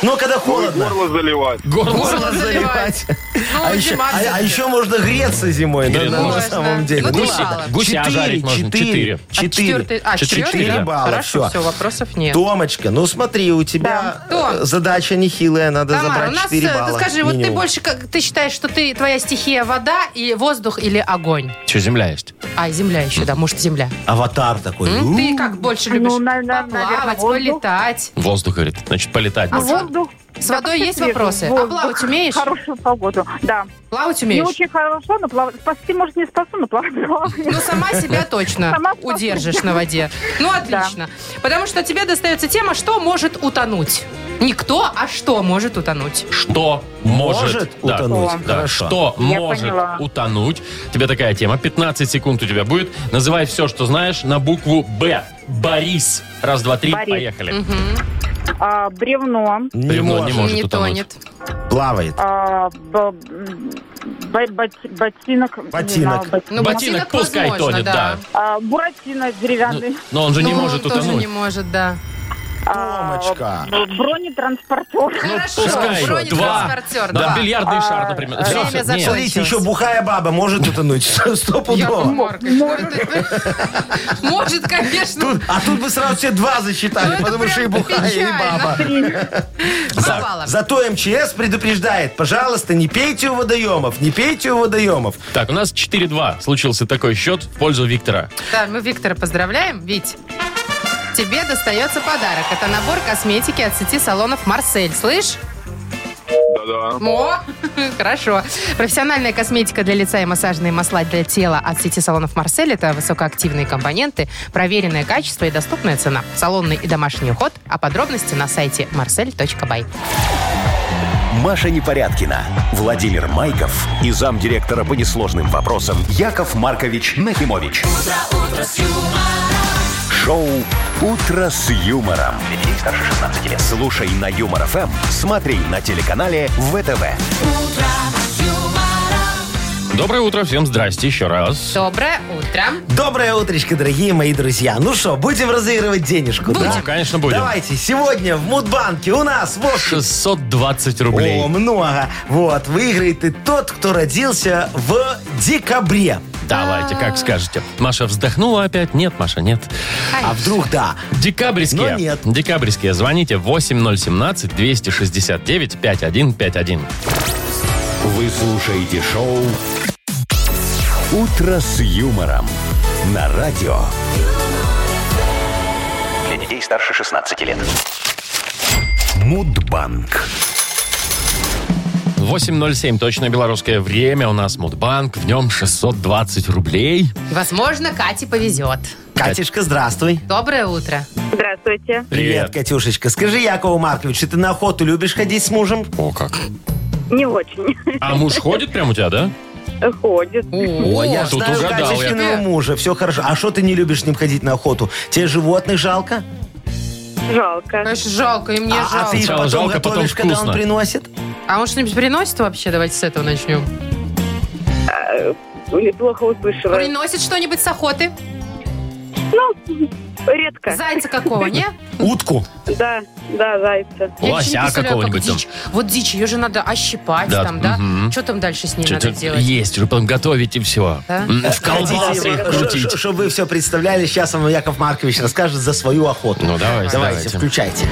Speaker 2: Но когда
Speaker 6: ой,
Speaker 2: холодно.
Speaker 6: горло заливать.
Speaker 1: Горло.
Speaker 3: Горло заливать. Ну,
Speaker 2: А еще,
Speaker 3: зима
Speaker 2: а- а
Speaker 3: всё-таки.
Speaker 2: еще можно греться зимой, да,
Speaker 1: Греться
Speaker 2: на
Speaker 1: можно.
Speaker 2: самом деле.
Speaker 3: Ну, ты
Speaker 2: Гуси-
Speaker 3: мало.
Speaker 1: Гуся жарить можно. Четыре.
Speaker 2: Четыре.
Speaker 3: А четвертый- А,
Speaker 1: Четыре
Speaker 3: четвертый, да?
Speaker 2: балла,
Speaker 3: Хорошо,
Speaker 2: всё.
Speaker 3: все, вопросов нет.
Speaker 2: Томочка, ну смотри, у тебя
Speaker 3: Да.
Speaker 2: э,
Speaker 3: Том.
Speaker 2: задача нехилая, надо
Speaker 3: Тамара, у
Speaker 2: забрать
Speaker 3: нас,
Speaker 2: 4
Speaker 3: э,
Speaker 2: балла.
Speaker 3: ты скажи, вот ты
Speaker 2: минимум.
Speaker 3: больше как ты считаешь, что ты твоя стихия вода и воздух или огонь?
Speaker 1: Че, земля есть?
Speaker 3: А, земля еще, да, может, земля.
Speaker 2: Аватар такой.
Speaker 3: М?
Speaker 2: У,
Speaker 3: Ты как больше
Speaker 7: Ну,
Speaker 3: любишь?
Speaker 7: на- на- наверное,
Speaker 3: Плавать,
Speaker 7: воздух.
Speaker 3: полетать.
Speaker 1: Воздух, говорит. Значит, полетать
Speaker 7: А
Speaker 1: больше.
Speaker 7: воздух?
Speaker 3: С водой
Speaker 7: вообще
Speaker 3: есть
Speaker 7: свежий.
Speaker 3: вопросы? А
Speaker 7: Воздух.
Speaker 3: плавать умеешь?
Speaker 7: Хорошую погоду, да.
Speaker 3: Плавать
Speaker 7: Не
Speaker 3: умеешь?
Speaker 7: очень хорошо, но плавать. Спасти, может, не спасу, но плавать. плаваю.
Speaker 3: Ну, сама себя точно
Speaker 7: Сама спасу.
Speaker 3: удержишь на воде. Ну, отлично. Потому что тебе достается тема, что может утонуть. Не кто, а что может утонуть.
Speaker 1: Что может,
Speaker 2: Может
Speaker 1: да,
Speaker 2: утонуть?
Speaker 1: да,
Speaker 2: Хорошо.
Speaker 1: Что
Speaker 7: Я
Speaker 1: может
Speaker 7: поняла.
Speaker 1: утонуть? Тебе такая тема. 15 секунд у тебя будет. Называй все, что знаешь, на букву Б. Борис. Раз, два, три.
Speaker 7: Борис.
Speaker 1: Поехали.
Speaker 7: А, Бревно.
Speaker 2: не
Speaker 1: Бревно не
Speaker 2: может.
Speaker 1: может
Speaker 3: не
Speaker 1: утонуть.
Speaker 3: тонет.
Speaker 2: Плавает.
Speaker 7: а, б- м, бо- бот- Ботинок. не
Speaker 2: Ботинок.
Speaker 7: знаю, бот-
Speaker 3: Ну,
Speaker 1: Ботинок пускай
Speaker 3: возможно,
Speaker 1: тонет, да.
Speaker 7: а, Буратино деревянный.
Speaker 1: Но он же не
Speaker 3: Ну,
Speaker 1: может
Speaker 3: он тоже
Speaker 1: утонуть.
Speaker 3: не может, да.
Speaker 7: А,
Speaker 2: Томочка.
Speaker 7: б- Бронетранспортер.
Speaker 3: Хорошо,
Speaker 1: Ну, Пускай. Два. Да,
Speaker 3: бронетранспортер, два. А,
Speaker 1: бильярдный шар, например. Всё,
Speaker 3: время
Speaker 1: всё,
Speaker 3: закончилось.
Speaker 1: нет.
Speaker 2: Смотрите, еще бухая баба может утонуть.
Speaker 3: Яков
Speaker 2: Стопудово.
Speaker 3: Маркович, ну это- Может, конечно.
Speaker 2: Тут, а тут бы сразу все два
Speaker 3: Ну,
Speaker 2: засчитали,
Speaker 3: это
Speaker 2: потому что и
Speaker 3: прям
Speaker 2: бухая, и
Speaker 3: печально.
Speaker 2: баба.
Speaker 3: Завалом.
Speaker 2: Зато МЧС предупреждает, пожалуйста, не пейте у водоемов, не пейте у водоемов.
Speaker 1: Так, у нас 4-2. Случился такой счет в пользу Виктора.
Speaker 3: Да, мы Виктора поздравляем. Вить, тебе достается подарок. Это набор косметики от сети салонов «Марсель». Слышь?
Speaker 6: Да-да.
Speaker 3: О, хорошо. Профессиональная косметика для лица и массажные масла для тела от сети салонов «Марсель» — это высокоактивные компоненты, проверенное качество и доступная цена. Салонный и домашний уход. А подробности на сайте marcel.by.
Speaker 4: Маша Непорядкина, Владимир Майков и замдиректора по несложным вопросам Яков Маркович Нахимович. Шоу Утро с юмором. Детей старше 16 лет. Слушай на юмор ФМ, смотри на телеканале ВТВ.
Speaker 1: Доброе утро, всем здрасте еще раз.
Speaker 3: Доброе утро.
Speaker 2: Доброе утречко, дорогие мои друзья. Ну что, будем разыгрывать денежку, да?
Speaker 1: Будем, конечно, будем.
Speaker 2: Давайте, сегодня в Мудбанке у нас вот
Speaker 1: 620 рублей.
Speaker 2: О, много. Вот, выиграет и тот, кто родился в декабре.
Speaker 1: Давайте, как скажете. Маша вздохнула опять? Нет, Маша, нет.
Speaker 2: А вдруг да?
Speaker 1: Декабрьские.
Speaker 2: Но нет.
Speaker 1: Декабрьские. Звоните 8017-269-5151.
Speaker 4: Вы слушаете шоу Утро с юмором на радио.
Speaker 5: Для детей старше 16 лет.
Speaker 4: Мудбанк.
Speaker 1: 8.07. Точно белорусское время. У нас Мудбанк. В нем 620 рублей.
Speaker 3: Возможно, Кате повезет.
Speaker 2: Катюшка, здравствуй.
Speaker 3: Доброе утро.
Speaker 7: Здравствуйте.
Speaker 1: Привет.
Speaker 2: Катюшечка. Скажи, Якову Марковичу, ты на охоту любишь ходить с мужем?
Speaker 1: О, как.
Speaker 7: Не очень.
Speaker 1: А муж ходит прям у тебя, да?
Speaker 7: Ходит.
Speaker 2: О, я ж
Speaker 1: тут
Speaker 2: знаю
Speaker 1: угадал я.
Speaker 2: Катечкиного мужа, все хорошо. А что ты не любишь с ним ходить на охоту? Тебе животных жалко?
Speaker 7: Жалко.
Speaker 3: Конечно, жалко, и мне
Speaker 2: а, а
Speaker 3: жалко.
Speaker 2: ты их
Speaker 1: Сначала
Speaker 2: потом
Speaker 1: жалко, потом
Speaker 2: готовишь, когда
Speaker 1: вкусно.
Speaker 2: он приносит?
Speaker 3: А он что-нибудь приносит вообще? Давайте с этого начнем.
Speaker 7: Или плохо услышала.
Speaker 3: Приносит что-нибудь с охоты?
Speaker 7: Ну, редко.
Speaker 3: Зайца какого, не?
Speaker 2: Утку.
Speaker 7: Да, да, зайца.
Speaker 1: Лося
Speaker 3: Я вообще не представляю,
Speaker 1: какого-нибудь
Speaker 3: как
Speaker 1: там.
Speaker 3: дичь. Вот дичь, ее же надо ощипать
Speaker 1: Да,
Speaker 3: там, да?
Speaker 1: мгм.
Speaker 3: Что там дальше с ней
Speaker 1: Чё-то
Speaker 3: надо делать?
Speaker 1: Есть, уже потом готовить и все.
Speaker 3: Да?
Speaker 1: В колбасы
Speaker 2: Хотите,
Speaker 1: их
Speaker 2: э, ш- ш-
Speaker 1: крутить.
Speaker 2: Чтобы вы все представляли, сейчас вам Яков Маркович расскажет за свою охоту.
Speaker 1: Ну, давайте, давайте.
Speaker 2: включайте.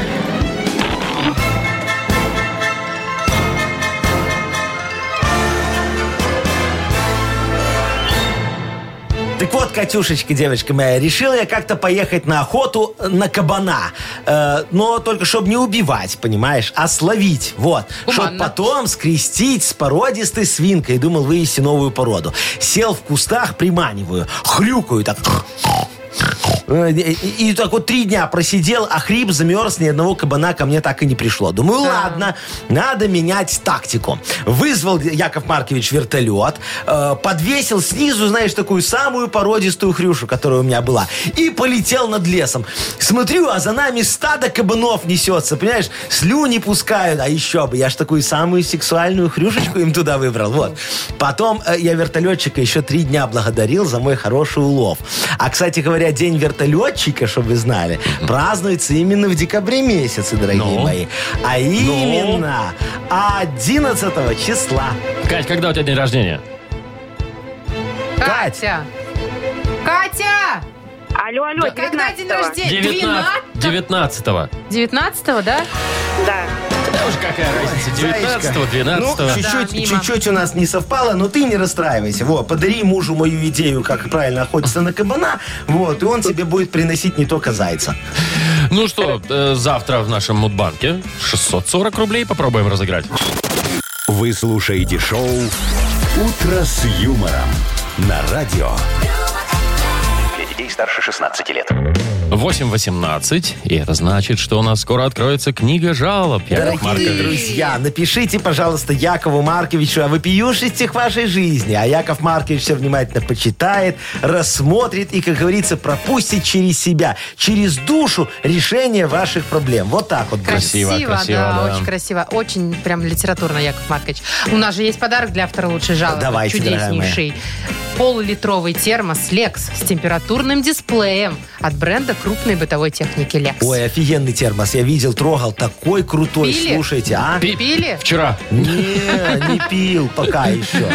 Speaker 2: Так вот, Катюшечка, девочка моя, решила я как-то поехать на охоту на кабана. Э, но только чтобы не убивать, понимаешь, а словить. Вот. Чтобы
Speaker 3: Гуманно.
Speaker 2: потом скрестить с породистой свинкой. Думал вывести новую породу. Сел в кустах, приманиваю. Хрюкаю так. Э, И, и так вот три дня просидел, а хрип замерз, ни одного кабана ко мне так и не пришло. Думаю, ладно, надо менять тактику. Вызвал Яков Маркович вертолет, э, подвесил снизу, знаешь, такую самую породистую хрюшу, которая у меня была, и полетел над лесом. Смотрю, а за нами стадо кабанов несется, понимаешь, слюни пускают, а еще бы, я ж такую самую сексуальную хрюшечку им туда выбрал, вот. Потом э, я вертолетчика еще три дня благодарил за мой хороший улов. А, кстати говоря, день вертолетчика, чтобы вы знали, празднуется именно в декабре месяце, дорогие
Speaker 1: Ну?
Speaker 2: мои. А именно 11 числа.
Speaker 1: Кать, когда у тебя день рождения?
Speaker 3: Катя! Катя!
Speaker 7: Алло, алло,
Speaker 3: Когда день
Speaker 7: 19-го.
Speaker 3: рождения? 12?
Speaker 1: 19-го.
Speaker 3: 19 да?
Speaker 7: Да.
Speaker 1: Да уже какая разница, 19-го,
Speaker 2: Зайчка, Ну,
Speaker 1: 12-го.
Speaker 2: чуть-чуть,
Speaker 3: Да, мимо.
Speaker 2: чуть-чуть у нас не совпало, но ты не расстраивайся. Вот, подари мужу мою идею, как правильно охотиться на кабана. Вот, и он тебе будет приносить не только зайца.
Speaker 1: Ну что, э, завтра в нашем Мудбанке 640 рублей попробуем разыграть.
Speaker 4: Вы слушаете шоу «Утро с юмором» на радио.
Speaker 5: Для детей старше 16 лет.
Speaker 1: 8.18, и это значит, что у нас скоро откроется книга жалоб. Яков
Speaker 2: Дорогие
Speaker 1: Маркович.
Speaker 2: друзья, напишите, пожалуйста, Якову Марковичу о вопиюшистях вашей жизни. А Яков Маркович все внимательно почитает, рассмотрит и, как говорится, пропустит через себя, через душу решение ваших проблем. Вот так вот. будет.
Speaker 1: Красиво, красиво,
Speaker 3: да,
Speaker 1: да.
Speaker 3: очень красиво. Очень прям литературно, Яков Маркович. У нас же есть подарок для автора лучшей жалобы.
Speaker 2: Давайте, дорогая моя.
Speaker 3: Чудеснейший. Полулитровый термос Lex с температурным дисплеем от бренда крупной бытовой техники Lex.
Speaker 2: Ой, офигенный термос. Я видел, трогал. Такой крутой.
Speaker 3: Пили?
Speaker 2: Слушайте, а?
Speaker 1: Пи-
Speaker 3: Пили?
Speaker 1: Вчера.
Speaker 2: Не, не пил пока еще.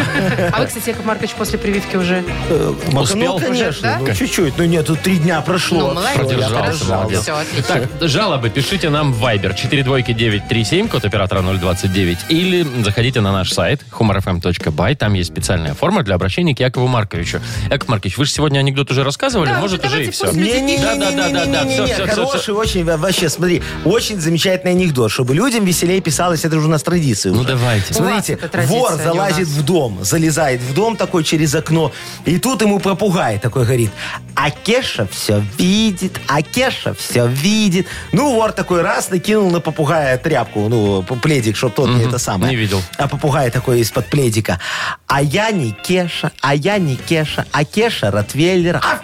Speaker 3: А вы, кстати, Яков Маркович, после прививки уже...
Speaker 2: Э,
Speaker 1: Успел?
Speaker 2: Ну, конечно.
Speaker 3: Да?
Speaker 2: Ну, чуть-чуть. Ну, нет, тут три дня прошло.
Speaker 3: Ну, молодец,
Speaker 2: Всё, я
Speaker 1: Продержался,
Speaker 3: Продержал,
Speaker 1: молодец.
Speaker 3: Все, отлично.
Speaker 1: Так, жалобы пишите нам в Viber 42937, код оператора 029, или заходите на наш сайт humorfm.by, там есть специальная форма для обращения к Якову Марковичу. Яков Маркович, вы же сегодня анекдот уже рассказывали,
Speaker 3: Да,
Speaker 1: может
Speaker 3: уже
Speaker 1: уже и
Speaker 3: давайте
Speaker 1: все.
Speaker 3: пусть
Speaker 2: не не не
Speaker 1: Да, да, да, да, да, всё, всё, всё,
Speaker 2: Хороший, очень, во- вообще, смотри, очень замечательный анекдот, чтобы людям веселее писалось, это же у нас традиция.
Speaker 1: Ну,
Speaker 2: уже.
Speaker 1: давайте.
Speaker 2: Смотрите,
Speaker 3: У вас это традиция,
Speaker 2: вор
Speaker 3: не у
Speaker 2: залазит
Speaker 3: нас.
Speaker 2: в дом, залезает в дом такой через окно, и тут ему попугай такой говорит, а Кеша все видит, а Кеша все видит. Ну, вор такой раз накинул на попугая тряпку, ну, п- пледик, чтоб тот не это самое.
Speaker 1: не видел.
Speaker 2: А попугай такой из-под пледика, а я не Кеша, а я не Кеша, а Кеша Ротвейлер. А,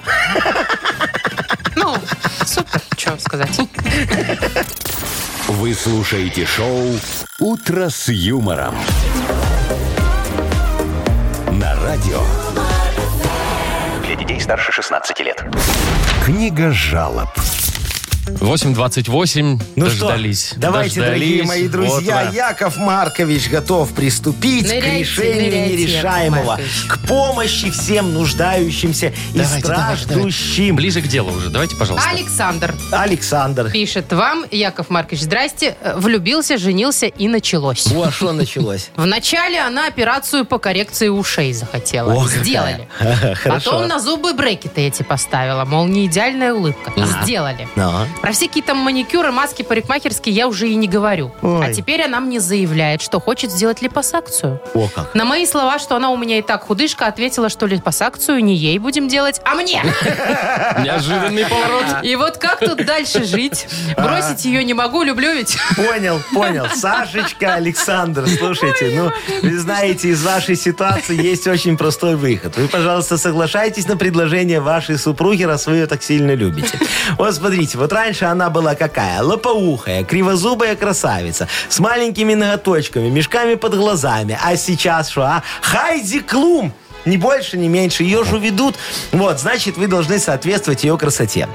Speaker 3: Ну, супер, что сказать.
Speaker 4: Вы слушаете шоу «Утро с юмором» на радио.
Speaker 5: Для детей старше 16 лет.
Speaker 4: Книга жалоб.
Speaker 1: 8.28,
Speaker 2: Ну что,
Speaker 1: дождались.
Speaker 2: давайте, дорогие
Speaker 1: дождались.
Speaker 2: мои
Speaker 1: Вот
Speaker 2: друзья,
Speaker 1: она.
Speaker 2: Яков Маркович готов приступить
Speaker 3: Ныряйте,
Speaker 2: к решению
Speaker 3: ныряйте, Яков
Speaker 2: нерешаемого,
Speaker 3: Маркович.
Speaker 2: к помощи всем нуждающимся и
Speaker 1: Давайте, давайте,
Speaker 2: страждущим.
Speaker 1: Ближе к делу уже, давайте, пожалуйста.
Speaker 3: Александр
Speaker 2: Александр.
Speaker 3: пишет вам, Яков Маркович, здрасте, э, влюбился, женился и началось.
Speaker 2: О, а что началось?
Speaker 3: Вначале она операцию по коррекции ушей захотела.
Speaker 2: О, какая.
Speaker 3: Сделали.
Speaker 2: Хорошо.
Speaker 3: Потом на зубы брекеты эти поставила. Мол, не идеальная улыбка. Сделали.
Speaker 2: Ну.
Speaker 3: Про все какие-то маникюры, маски, парикмахерские я уже и не говорю.
Speaker 2: Ой.
Speaker 3: А теперь она мне заявляет, что хочет сделать липосакцию.
Speaker 2: О как.
Speaker 3: На мои слова, что она у меня и так худышка, ответила, что липосакцию не ей будем делать, а мне.
Speaker 1: Неожиданный поворот.
Speaker 3: И вот как тут дальше жить?
Speaker 2: А.
Speaker 3: Бросить ее не могу, люблю ведь.
Speaker 2: Понял, понял. Сашечка, Александр, слушайте, ну, вы знаете, из вашей ситуации есть очень простой выход. Вы, пожалуйста, соглашайтесь на предложение вашей супруги, раз вы ее так сильно любите. Вот смотрите, вот раньше она была какая? Лопоухая, кривозубая красавица, с маленькими ноготочками, мешками под глазами. А сейчас что, а? Хайди Клум! Ни больше, ни меньше. Ее же ведут. Вот, значит, вы должны соответствовать ее красоте.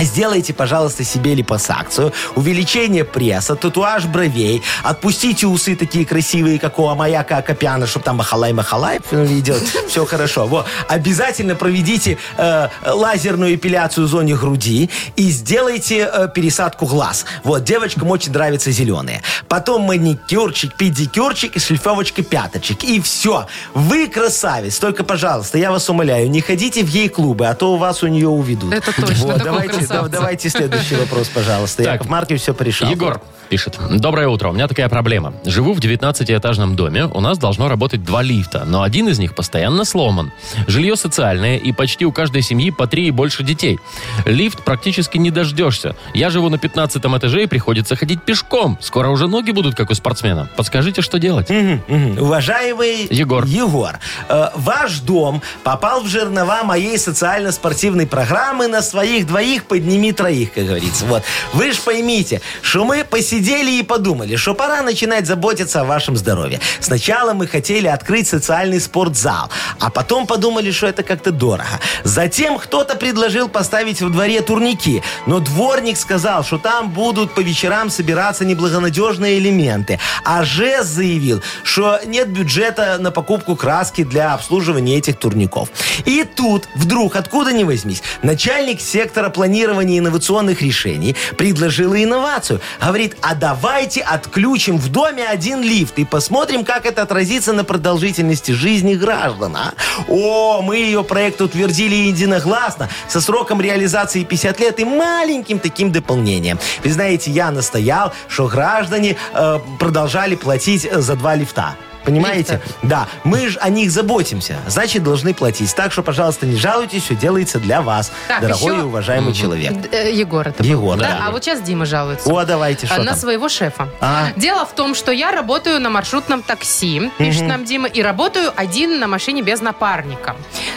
Speaker 2: Сделайте, пожалуйста, себе липосакцию, увеличение пресса, татуаж бровей, отпустите усы такие красивые, как у Амаяка Акопяна, чтобы там махалай-махалай идет, все хорошо. Во. Обязательно проведите э, лазерную эпиляцию в зоне груди и сделайте э, пересадку глаз. Вот, девочкам очень нравятся зеленые. Потом маникюрчик, педикюрчик и шлифовочка пяточек. И все. Вы красавец. Только, пожалуйста, я вас умоляю, не ходите в ей клубы, а то вас у нее уведут.
Speaker 3: Это точно,
Speaker 2: Вот,
Speaker 3: такой
Speaker 2: давайте,
Speaker 3: красавца.
Speaker 2: да- давайте следующий вопрос, пожалуйста.
Speaker 1: Так.
Speaker 2: Яков Маркович все порешал.
Speaker 1: Егор пишет. Доброе утро. У меня такая проблема. Живу в 19-этажном доме. У нас должно работать два лифта, но один из них постоянно сломан. Жилье социальное, и почти у каждой семьи по три и больше детей. Лифт практически не дождешься. Я живу на 15 этаже и приходится ходить пешком. Скоро уже ноги будут, как у спортсмена. Подскажите, что делать?
Speaker 2: Мгм, мгм. Уважаемый
Speaker 1: Егор.
Speaker 2: Егор, э, ваш дом попал в жернова моей социально-спортивной программы на своих двоих подними троих, как говорится. Вот. Вы ж поймите, что мы посидели и подумали, что пора начинать заботиться о вашем здоровье. Сначала мы хотели открыть социальный спортзал, а потом подумали, что это как-то дорого. Затем кто-то предложил поставить во дворе турники, но дворник сказал, что там будут по вечерам собираться неблагонадежные элементы. А ЖЭС заявил, что нет бюджета на покупку краски для обслуживания этих турников. И тут вдруг, откуда ни возьмись, начальник сектора планирования инновационных решений предложил инновацию. Говорит, а давайте отключим в доме один лифт и посмотрим, как это отразится на продолжительности жизни граждан. а. О, мы ее проект утвердили единогласно со сроком реализации 50 лет и маленьким таким дополнением. Вы знаете, я настоял, что граждане э, продолжали платить э, за два лифта. Понимаете? Да, мы же о них заботимся, значит, должны платить. Так что, пожалуйста, не жалуйтесь, все делается для вас,
Speaker 3: Так,
Speaker 2: дорогой
Speaker 3: еще-
Speaker 2: и уважаемый человек.
Speaker 3: Д- э, Егор это был,
Speaker 2: Егор,
Speaker 3: да?
Speaker 2: да.
Speaker 3: А вот сейчас Дима жалуется.
Speaker 2: О, давайте,
Speaker 3: А,
Speaker 2: что
Speaker 3: на
Speaker 2: там?
Speaker 3: своего шефа.
Speaker 2: А?
Speaker 3: Дело в том, что я работаю на маршрутном такси, пишет нам Дима, и работаю один на машине без напарника.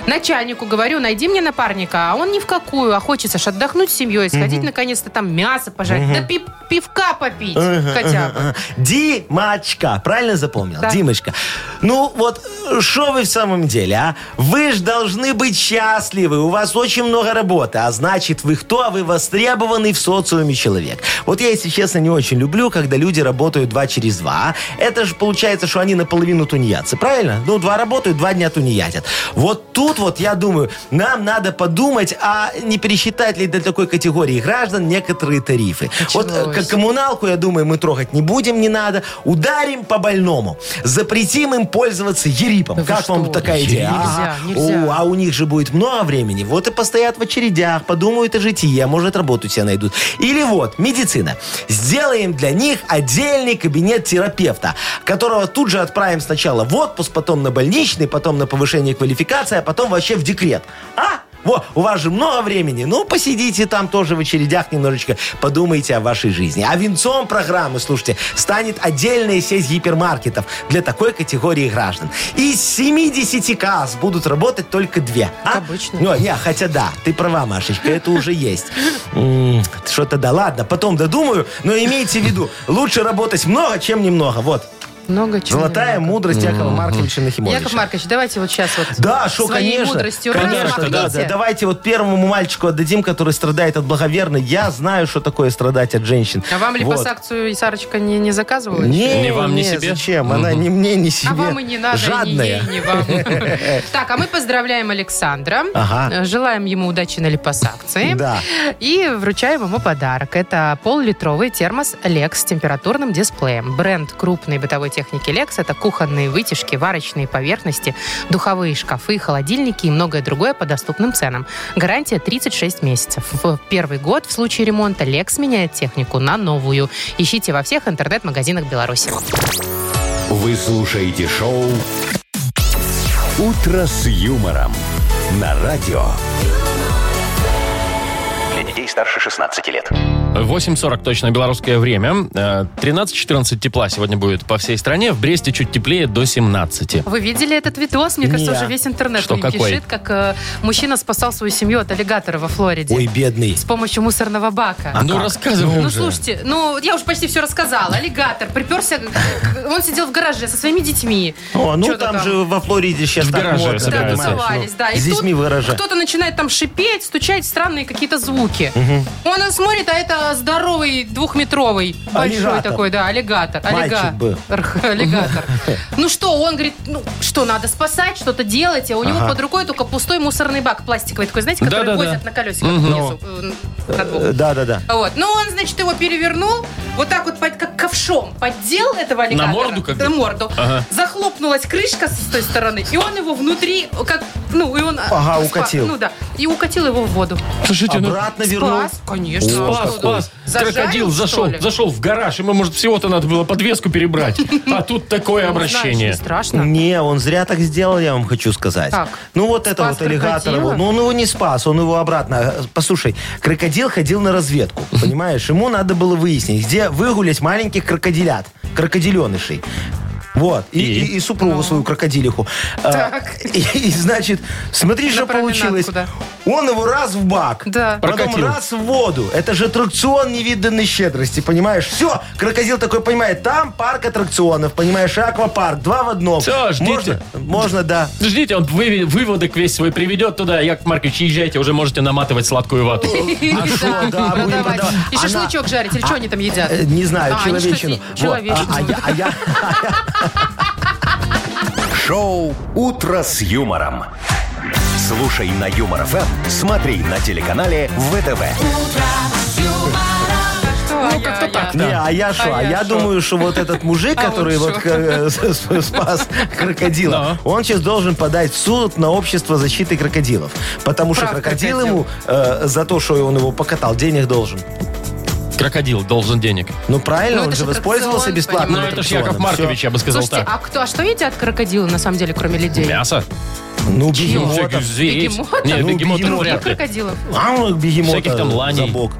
Speaker 3: Начальнику говорю, найди мне напарника, а он ни в какую, а хочется ж отдохнуть с семьей, сходить наконец-то там мясо пожарить, да пи- пивка попить хотя бы.
Speaker 2: Ага. Димочка, правильно запомнил?
Speaker 3: Да.
Speaker 2: Димочка. Ну вот, что вы в самом деле, а? Вы же должны быть счастливы, у вас очень много работы, а значит, вы кто? Вы востребованный в социуме человек. Вот я, если честно, не очень люблю, когда люди работают два через два. Это же получается, что они наполовину тунеядцы, правильно? Ну, два работают, два дня тунеядят. Вот тут вот, я думаю, нам надо подумать, а не пересчитать ли для такой категории граждан некоторые тарифы. Вот э,
Speaker 3: Началось.
Speaker 2: как коммуналку, я думаю, мы трогать не будем, не надо. Ударим по больному. Запретим им пользоваться ерипом.
Speaker 3: Да вы
Speaker 2: как вам
Speaker 3: что?
Speaker 2: такая идея?
Speaker 3: Нельзя,
Speaker 2: Ага.
Speaker 3: нельзя.
Speaker 2: О, а у них же будет много времени. Вот и постоят в очередях, подумают о житии, а может работу себе найдут. Или вот, медицина. Сделаем для них отдельный кабинет терапевта, которого тут же отправим сначала в отпуск, потом на больничный, потом на повышение квалификации, а потом вообще в декрет. А? Во, у вас же много времени. Ну, посидите там тоже в очередях немножечко, подумайте о вашей жизни. А венцом программы, слушайте, станет отдельная сеть гипермаркетов для такой категории граждан. Из 70 касс будут работать только две. Как
Speaker 3: обычно.
Speaker 2: Ну, не, хотя да, ты права, Машечка, это уже есть. М, Что-то да ладно, потом додумаю, но имейте в виду, лучше работать много, чем немного. Вот,
Speaker 3: Много чего.
Speaker 2: золотая мудрость Якова Марковича Нахимовича.
Speaker 3: Яков Маркович, давайте вот сейчас вот
Speaker 2: Да, что,
Speaker 3: своей
Speaker 2: конечно.
Speaker 3: мудростью
Speaker 2: конечно, да,
Speaker 3: размахните.
Speaker 2: да. Давайте вот первому мальчику отдадим, который страдает от благоверной. Я знаю, что такое страдать от женщин.
Speaker 3: А вам
Speaker 2: Вот.
Speaker 3: липосакцию и Сарочка не, не заказывала? еще?
Speaker 2: Не,
Speaker 1: Ни вам, ни
Speaker 2: не,
Speaker 1: себе?
Speaker 2: Зачем? Она ни мне, ни себе.
Speaker 3: А вам и не надо,
Speaker 2: Жадная.
Speaker 3: и не ей, и не вам. Так, а мы поздравляем Александра.
Speaker 2: Ага.
Speaker 3: Э, Желаем ему удачи на липосакции.
Speaker 2: Да.
Speaker 3: И вручаем ему подарок. Это пол-литровый термос Lex с температурным дисплеем. Бренд крупной бытовой техники Lex. Это кухонные вытяжки, варочные поверхности, духовые шкафы, холодильники и многое другое по доступным ценам. Гарантия 36 месяцев. В первый год в случае ремонта Lex меняет технику на новую. Ищите во всех интернет-магазинах Беларуси.
Speaker 4: Вы слушаете шоу «Утро с юмором» на радио.
Speaker 5: Для детей старше 16 лет.
Speaker 1: 8.40 точно белорусское время. Э, 13-14 тепла сегодня будет по всей стране. В Бресте чуть теплее до 17.
Speaker 3: Вы видели этот видос? Мне кажется,
Speaker 2: Не.
Speaker 3: уже весь интернет
Speaker 1: Что,
Speaker 3: им
Speaker 1: какой?
Speaker 3: кишит, как э, мужчина спасал свою семью от аллигатора во Флориде
Speaker 2: Ой, А, бедный.
Speaker 3: с помощью мусорного бака.
Speaker 1: ну, рассказывай.
Speaker 3: Ну,
Speaker 1: уже.
Speaker 3: слушайте, ну, я уже почти все рассказала. Аллигатор приперся, к- он сидел в гараже со своими детьми.
Speaker 2: О, ну
Speaker 3: Чё-то
Speaker 2: там, же во Флориде сейчас
Speaker 1: В
Speaker 2: так
Speaker 1: гараже
Speaker 2: модно,
Speaker 3: Да,
Speaker 1: собираются.
Speaker 2: понимаешь, ну,
Speaker 3: тусовались, да. И
Speaker 2: С
Speaker 3: тут
Speaker 2: детьми в гараже.
Speaker 3: Кто-то начинает там шипеть, стучать странные какие-то звуки. Он смотрит, а это здоровый двухметровый большой
Speaker 2: Аллигатор.
Speaker 3: такой, да, аллигатор.
Speaker 2: Мальчик был.
Speaker 3: Аллигатор. Ну что, он говорит, ну что, надо спасать, что-то делать, а у него под рукой только пустой мусорный бак пластиковый такой, знаете, который
Speaker 1: Да-да-да.
Speaker 3: возят на колесиках
Speaker 1: Мгм.
Speaker 3: внизу, э, на двух.
Speaker 2: Да, да, да.
Speaker 3: Вот. Ну, он, значит, его перевернул, вот так вот, под- как ковшом, поддел этого аллигатора.
Speaker 1: морду как бы?
Speaker 3: На морду.
Speaker 1: Ага.
Speaker 3: Захлопнулась крышка с той стороны, и он его внутри, как, ну, и он... а,
Speaker 2: Ага,
Speaker 3: спа-
Speaker 2: укатил.
Speaker 3: Ну, да. И укатил его в воду.
Speaker 1: Слушайте, ну,
Speaker 2: Обратно вернул.
Speaker 3: Спас, конечно.
Speaker 2: О,
Speaker 3: А
Speaker 1: Спас,
Speaker 3: что,
Speaker 1: спас.
Speaker 3: зажарил,
Speaker 1: Крокодил
Speaker 3: что
Speaker 1: зашел,
Speaker 3: ли?
Speaker 1: зашел в гараж. Ему, может, всего-то надо было подвеску перебрать. А тут такое
Speaker 3: Ну, знаешь, не
Speaker 1: обращение.
Speaker 3: страшно.
Speaker 2: Не, он зря так сделал, я вам хочу сказать.
Speaker 3: Как?
Speaker 2: Ну вот это
Speaker 3: Спас
Speaker 2: вот аллигатор.
Speaker 3: крокодила?
Speaker 2: вот, Ну он его не спас, он его обратно. э, Послушай, крокодил ходил на разведку, понимаешь? Ему надо было выяснить, где выгулять маленьких крокодилят, крокодиленышей. Вот, и,
Speaker 1: И?
Speaker 2: и- и супругу свою крокодилиху. А,
Speaker 3: Ну. Так.
Speaker 2: И, и, значит, смотри, что
Speaker 3: променадку,
Speaker 2: получилось.
Speaker 3: да.
Speaker 2: Он его раз в бак,
Speaker 3: Да.
Speaker 1: Прокатил.
Speaker 2: потом раз в воду. Это же аттракцион невиданной щедрости, понимаешь? Все, крокодил такой понимает, там парк аттракционов, понимаешь, и аквапарк, два в одном.
Speaker 1: Всё, ждите.
Speaker 2: Можно, можно, да.
Speaker 1: Ждите, он выве- выводок весь свой приведет туда. Яков Маркович, езжайте, уже можете наматывать сладкую вату.
Speaker 3: Да, Ну,
Speaker 2: шо, да,
Speaker 1: а
Speaker 2: будем
Speaker 3: продавать.
Speaker 2: продавать.
Speaker 3: И
Speaker 2: Она-
Speaker 3: шашлычок жарить, или что они там едят?
Speaker 2: Э, Не знаю,
Speaker 3: А, они что,
Speaker 2: человечину.
Speaker 3: си-
Speaker 2: Вот,
Speaker 3: человечину.
Speaker 2: а- а я- а я-
Speaker 4: Шоу «Утро с юмором». Слушай на Юмор ФМ, смотри на телеканале ВТВ.
Speaker 3: Ну, как-то так.
Speaker 2: Не, а я шо? А я
Speaker 3: шо?
Speaker 2: думаю, что вот этот мужик,
Speaker 3: А он
Speaker 2: который вот
Speaker 3: шо?
Speaker 2: э, с- с- спас крокодила, он сейчас должен подать в суд на общество защиты крокодилов. Потому что
Speaker 3: Прав
Speaker 2: крокодил
Speaker 3: крокодил.
Speaker 2: ему э, за то, что он его покатал, денег должен.
Speaker 1: Крокодил должен денег.
Speaker 2: Ну
Speaker 3: Ну,
Speaker 2: правильно, он
Speaker 3: это
Speaker 2: же
Speaker 3: же
Speaker 2: воспользовался
Speaker 3: аттракцион,
Speaker 1: Ну,
Speaker 2: бесплатно.
Speaker 3: понимаешь.
Speaker 1: это ж Яков Маркович, я бы сказал
Speaker 3: Слушайте, а
Speaker 1: так.
Speaker 3: кто, а что едят крокодилы, на самом деле, кроме людей?
Speaker 1: Мясо?
Speaker 2: Ну,
Speaker 1: Всяких
Speaker 2: бегемотов.
Speaker 1: зверей.
Speaker 3: Бегемотов?
Speaker 1: Нет,
Speaker 3: Ну,
Speaker 1: бегемотов
Speaker 2: бегемотов.
Speaker 1: вряд ли.
Speaker 3: крокодилов.
Speaker 2: А ну, бегемота
Speaker 1: Всяких там ланей.
Speaker 2: за бок.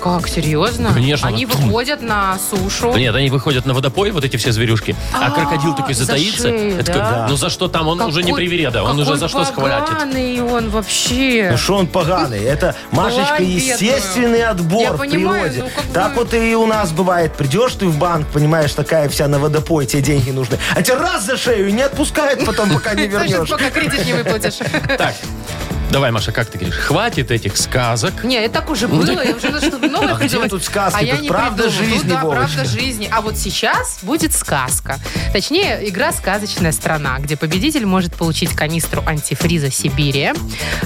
Speaker 3: Как, серьезно?
Speaker 1: Конечно.
Speaker 3: Они
Speaker 1: Вот.
Speaker 3: выходят на сушу.
Speaker 1: Нет, они выходят на водопой, вот эти все зверюшки, а
Speaker 3: А,
Speaker 1: крокодил такой
Speaker 3: за
Speaker 1: затаится.
Speaker 3: шею,
Speaker 1: Я такой,
Speaker 3: да?
Speaker 1: Ну за что там? Он
Speaker 3: Какой-
Speaker 1: уже не привереда, он уже
Speaker 3: какой
Speaker 1: за что схватит.
Speaker 3: поганый он вообще.
Speaker 2: Ну что он поганый? Это, Машечка,
Speaker 3: бедную.
Speaker 2: естественный отбор
Speaker 3: Я
Speaker 2: в
Speaker 3: понимаю,
Speaker 2: природе.
Speaker 3: ну, как
Speaker 2: так
Speaker 3: бы-
Speaker 2: вот и у нас бывает. Придешь ты в банк, понимаешь, такая вся на водопой, тебе деньги нужны. А тебя раз за шею и не отпускает потом, пока не вернешь.
Speaker 3: Слушай, пока кредит не выплатишь.
Speaker 1: Так, давай, Маша, как ты говоришь? Хватит этих сказок.
Speaker 3: Не, это так уже было, я уже что-то новое
Speaker 2: Ну, А где
Speaker 3: придумать.
Speaker 2: тут сказки?
Speaker 3: А я
Speaker 2: Тут
Speaker 3: не
Speaker 2: правда
Speaker 3: придумала.
Speaker 2: жизни,
Speaker 3: Ну да,
Speaker 2: Вовочка.
Speaker 3: правда жизни. А вот сейчас будет сказка. Точнее, игра «Сказочная страна», где победитель может получить канистру антифриза «Сибирия»,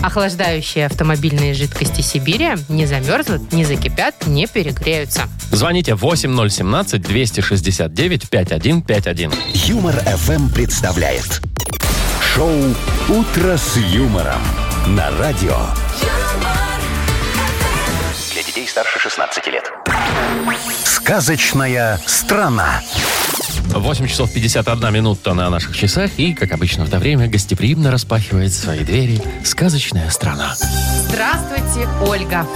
Speaker 3: охлаждающие автомобильные жидкости «Сибирия», не замерзнут, не закипят, не перегреются.
Speaker 1: Звоните 8017-269-5151.
Speaker 4: Юмор ФМ представляет шоу Утро с юмором на радио.
Speaker 5: Для детей старше 16 лет.
Speaker 4: Сказочная страна.
Speaker 1: 8 часов 51 минута на наших часах. И, как обычно в это время, гостеприимно распахивает свои двери сказочная страна.
Speaker 3: Здравствуйте, Ольга.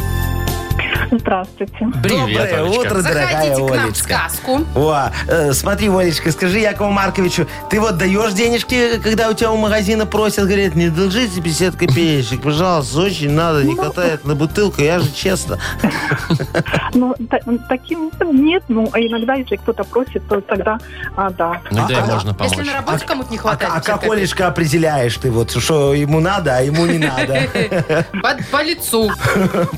Speaker 8: Здравствуйте.
Speaker 1: Привет,
Speaker 2: Доброе
Speaker 1: Олечка.
Speaker 2: утро, дорогая
Speaker 3: Заходите к нам в
Speaker 2: Олечка.
Speaker 3: сказку.
Speaker 2: О, э, смотри, Олечка, скажи Якову Марковичу, ты вот даешь денежки, когда у тебя у магазина просят, говорят, не должите 50 копеечек, пожалуйста, очень надо,
Speaker 3: Ну.
Speaker 2: не хватает на бутылку, я же честно.
Speaker 8: Ну, та- таким нет, ну, а иногда, если кто-то просит, то тогда, а, да.
Speaker 1: Ну, да,
Speaker 2: А,
Speaker 1: можно помочь.
Speaker 3: Если на работе кому-то не
Speaker 2: А,
Speaker 3: хватает.
Speaker 2: а
Speaker 3: 50
Speaker 2: как,
Speaker 3: копеек,
Speaker 2: Олечка, определяешь ты, вот, что ему надо, а ему не надо?
Speaker 3: По, по лицу.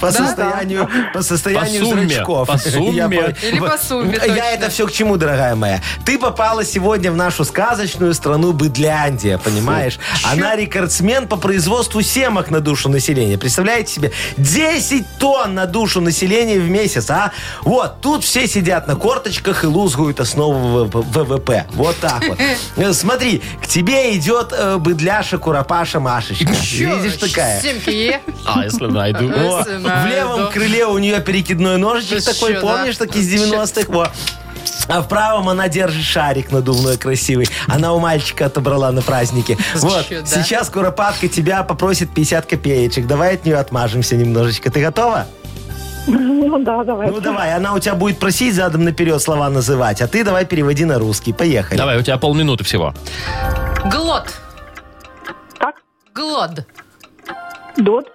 Speaker 2: По
Speaker 3: Да?
Speaker 2: состоянию по состоянию
Speaker 1: По сумме,
Speaker 2: зрачков.
Speaker 1: по сумме.
Speaker 2: Я
Speaker 3: Или по сумме, точно.
Speaker 2: Я это все к чему, дорогая моя? Ты попала сегодня в нашу сказочную страну Быдляндия, понимаешь? Она рекордсмен по производству семок на душу населения. Представляете себе? 10 тонн на душу населения в месяц, а? Вот, тут все сидят на корточках и лузгуют основу В- В- ВВП. Вот так вот. Э, Смотри, к тебе идет э, быдляша, куропаша, Машечка. Видишь, такая.
Speaker 3: Семки е.
Speaker 1: А, если найду.
Speaker 2: Во, в
Speaker 3: Знаю,
Speaker 2: левом
Speaker 3: да.
Speaker 2: крыле у нее перекидной ножичек
Speaker 3: Ты
Speaker 2: такой,
Speaker 3: чё, да?
Speaker 2: помнишь, так из 90-х. Во. А в правом она держит шарик надувной красивый. Она у мальчика отобрала на празднике. Вот.
Speaker 3: да?
Speaker 2: Сейчас куропатка тебя попросит 50 копеечек. Давай от нее отмажемся немножечко. Ты готова?
Speaker 8: Ну да, давай.
Speaker 2: Ну давай, она у тебя будет просить задом наперед слова называть, а ты давай переводи на русский. Поехали.
Speaker 1: Давай, у тебя полминуты всего.
Speaker 3: Глот.
Speaker 8: Так,
Speaker 3: Глод.
Speaker 8: дот.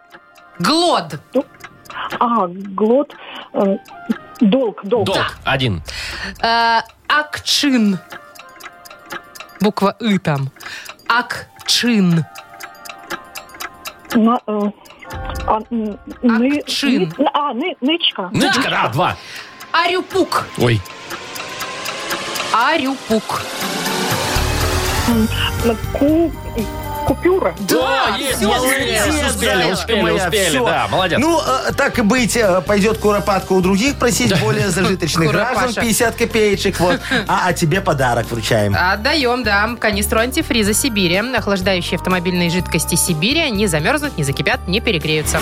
Speaker 3: Глод.
Speaker 8: А, глот. э, Долг, долг.
Speaker 1: Долг. Один.
Speaker 3: Э, Акчин. Буква «ы» там. Акчин.
Speaker 8: На, э, а, н- ны-
Speaker 3: Акчин.
Speaker 8: ны- А, ны- нычка.
Speaker 1: Нычка, да, два.
Speaker 3: Арюпук.
Speaker 1: Ой,
Speaker 3: Арюпук.
Speaker 8: На ку- Купюра.
Speaker 1: Да, есть,
Speaker 3: всё
Speaker 1: молодец,
Speaker 3: верно.
Speaker 1: успели,
Speaker 3: Зайка
Speaker 1: успели,
Speaker 2: моя,
Speaker 1: успели,
Speaker 2: всё.
Speaker 1: да, молодец.
Speaker 2: Ну, э, так и быть, э, пойдет куропатка у других просить более зажиточных граждан
Speaker 3: Куропаша.
Speaker 2: 50 копеечек, вот. А, а тебе подарок
Speaker 1: А.
Speaker 2: вручаем.
Speaker 3: Отдаем, да, канистру антифриза Сибири. Охлаждающие автомобильные жидкости Сибири не замерзнут, не закипят, не перегреются.